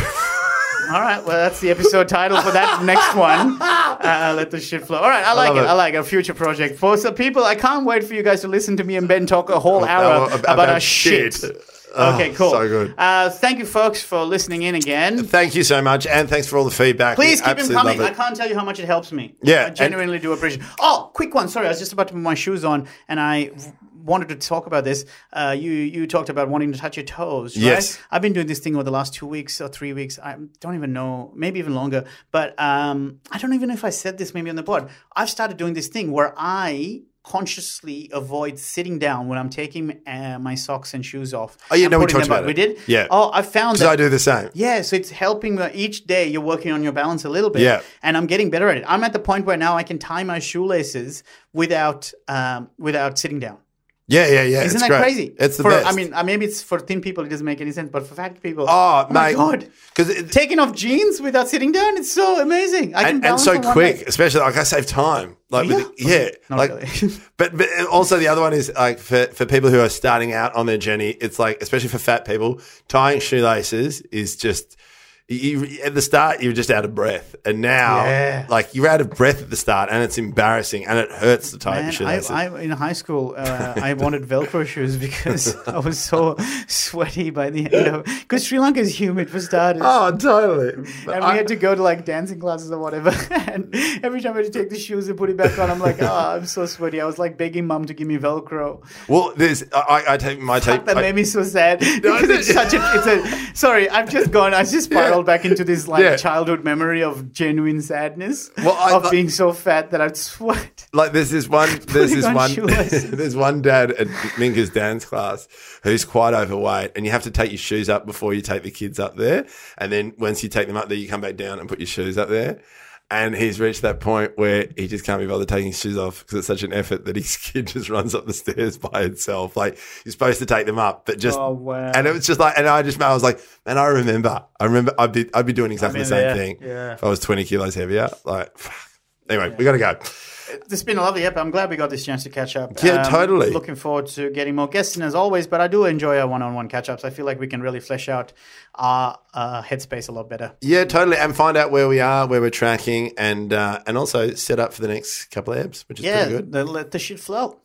Speaker 2: all right well that's the episode title for that next one uh, let the shit flow all right i like
Speaker 3: love
Speaker 2: it.
Speaker 3: it.
Speaker 2: i like a future project for some people i can't wait for you guys to listen to me and ben talk a whole hour about, our shit, Ah,
Speaker 3: Oh,
Speaker 2: okay cool
Speaker 3: So good.
Speaker 2: uh, thank you folks for listening in again
Speaker 3: Thank you so much, and thanks for all the feedback.
Speaker 2: Please
Speaker 3: We
Speaker 2: keep him
Speaker 3: absolutely
Speaker 2: coming.
Speaker 3: love
Speaker 2: I
Speaker 3: it.
Speaker 2: can't tell you how much it helps me.
Speaker 3: Yeah,
Speaker 2: I genuinely do appreciate. Oh, quick one. Sorry, I was just about to put my shoes on, and I w- wanted to talk about this. Uh, you you talked about wanting to touch your toes. Right?
Speaker 3: Yes.
Speaker 2: I've been doing this thing over the last two weeks or three weeks. I don't even know, maybe even longer. But um, I don't even know if I said this maybe on the pod. I've started doing this thing where I consciously avoid sitting down when I'm taking uh, my socks and shoes off.
Speaker 3: Oh, yeah,
Speaker 2: and
Speaker 3: no, we
Speaker 2: putting
Speaker 3: talked
Speaker 2: them back.
Speaker 3: about it.
Speaker 2: We did.
Speaker 3: Yeah.
Speaker 2: Oh, I found
Speaker 3: 'Cause
Speaker 2: that
Speaker 3: I do the same.
Speaker 2: yeah, so it's helping uh, each day you're working on your balance a little bit.
Speaker 3: Yeah.
Speaker 2: And I'm getting better at it. I'm at the point where now I can tie my shoelaces without um, without sitting down.
Speaker 3: Yeah, yeah, yeah.
Speaker 2: Isn't
Speaker 3: it's
Speaker 2: that
Speaker 3: great.
Speaker 2: crazy?
Speaker 3: It's the
Speaker 2: for,
Speaker 3: best.
Speaker 2: I mean, uh, maybe it's for thin people it doesn't make any sense, but for fat people,
Speaker 3: oh, mate.
Speaker 2: my god.
Speaker 3: Because
Speaker 2: Taking off jeans without sitting down, it's so amazing. I can
Speaker 3: and, and
Speaker 2: balance
Speaker 3: so
Speaker 2: on one
Speaker 3: quick,
Speaker 2: leg.
Speaker 3: especially like I save time. Like with the-
Speaker 2: Yeah.
Speaker 3: yeah,
Speaker 2: Not
Speaker 3: like,
Speaker 2: really.
Speaker 3: but but also the other one is like for for people who are starting out on their journey, it's like especially for fat people, tying shoelaces is just. You, you- at the start, you were just out of breath, and now,
Speaker 2: Yeah.
Speaker 3: like you're out of breath at the start, and it's embarrassing, and it hurts to tie your
Speaker 2: Man,
Speaker 3: shoelaces.
Speaker 2: I, I, in high school, uh, I wanted Velcro shoes [LAUGHS] because I was so sweaty by the end of. Because Sri Lanka is humid for starters.
Speaker 3: oh, totally.
Speaker 2: And
Speaker 3: I-
Speaker 2: we had to go to like dancing classes or whatever. [LAUGHS] and every time I had to take the shoes and put it back on, I'm like, oh, I'm so sweaty. I was like begging mom to give me Velcro.
Speaker 3: well, there's I, I take my take.
Speaker 2: That
Speaker 3: I-
Speaker 2: made me so [LAUGHS] sad because
Speaker 3: no.
Speaker 2: it's such a. It's a. Sorry, I've just gone. I just spiraled back into this like
Speaker 3: Yeah.
Speaker 2: childhood memory of genuine sadness
Speaker 3: Well, I-
Speaker 2: of
Speaker 3: I-
Speaker 2: being so fat that I'd [LAUGHS] sweat.
Speaker 3: like there's this one there's this
Speaker 2: on
Speaker 3: one
Speaker 2: shoelaces.
Speaker 3: [LAUGHS] there's one dad at Minka's dance class who's quite overweight and you have to take your shoes up before you take the kids up there and then once you take them up there you come back down and put your shoes up there and he's reached that point where he just can't be bothered taking his shoes off because it's such an effort that his [LAUGHS] kid just runs up the stairs by itself like you're supposed to take them up but just
Speaker 2: Oh, wow.
Speaker 3: and it was just like and I just I was like man I remember I remember I'd be I'd be doing exactly the
Speaker 2: been
Speaker 3: same
Speaker 2: there.
Speaker 3: thing
Speaker 2: Yeah.
Speaker 3: if I was 20 kilos heavier like fuck. anyway we gotta go
Speaker 2: This has been a lovely ep. I'm glad we got this chance to catch up. Um,
Speaker 3: Yeah, totally.
Speaker 2: Looking forward to getting more guests in as always, but I do enjoy our one on one catch ups. I feel like we can really flesh out our uh, headspace a lot better.
Speaker 3: Yeah, totally. And find out where we are, where we're tracking, and uh, and also set up for the next couple of apps, which is
Speaker 2: Yeah,
Speaker 3: pretty good. [LAUGHS]
Speaker 2: the- let the shit flow.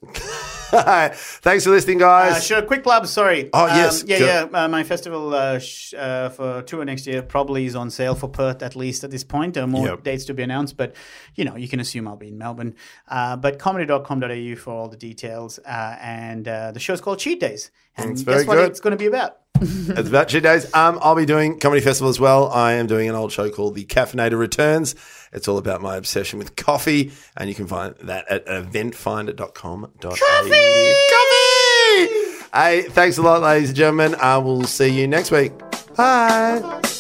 Speaker 3: Thanks for listening,
Speaker 2: Uh,
Speaker 3: guys.
Speaker 2: sure, quick plug. Sorry. Um,
Speaker 3: Oh, yes,
Speaker 2: Yeah,
Speaker 3: sure.
Speaker 2: yeah. Uh, my festival uh, sh- uh, for tour next year probably is on sale for Perth at least at this point. There are more
Speaker 3: Yep.
Speaker 2: dates to be announced, but you know you can assume I'll be in Melbourne. Uh, but comedy.com.au for all the details. Uh, and uh, the show's called Cheat Days. And
Speaker 3: That's very
Speaker 2: guess what
Speaker 3: good.
Speaker 2: it's going to be about?
Speaker 3: That's about two days. Um, I'll be doing comedy festival as well. I am doing an old show called The Caffeinator Returns. It's all about my obsession with coffee, and you can find that at eventfinder.com. Coffee, coffee. Hey, thanks a lot, ladies and gentlemen. I will see you next week. Bye.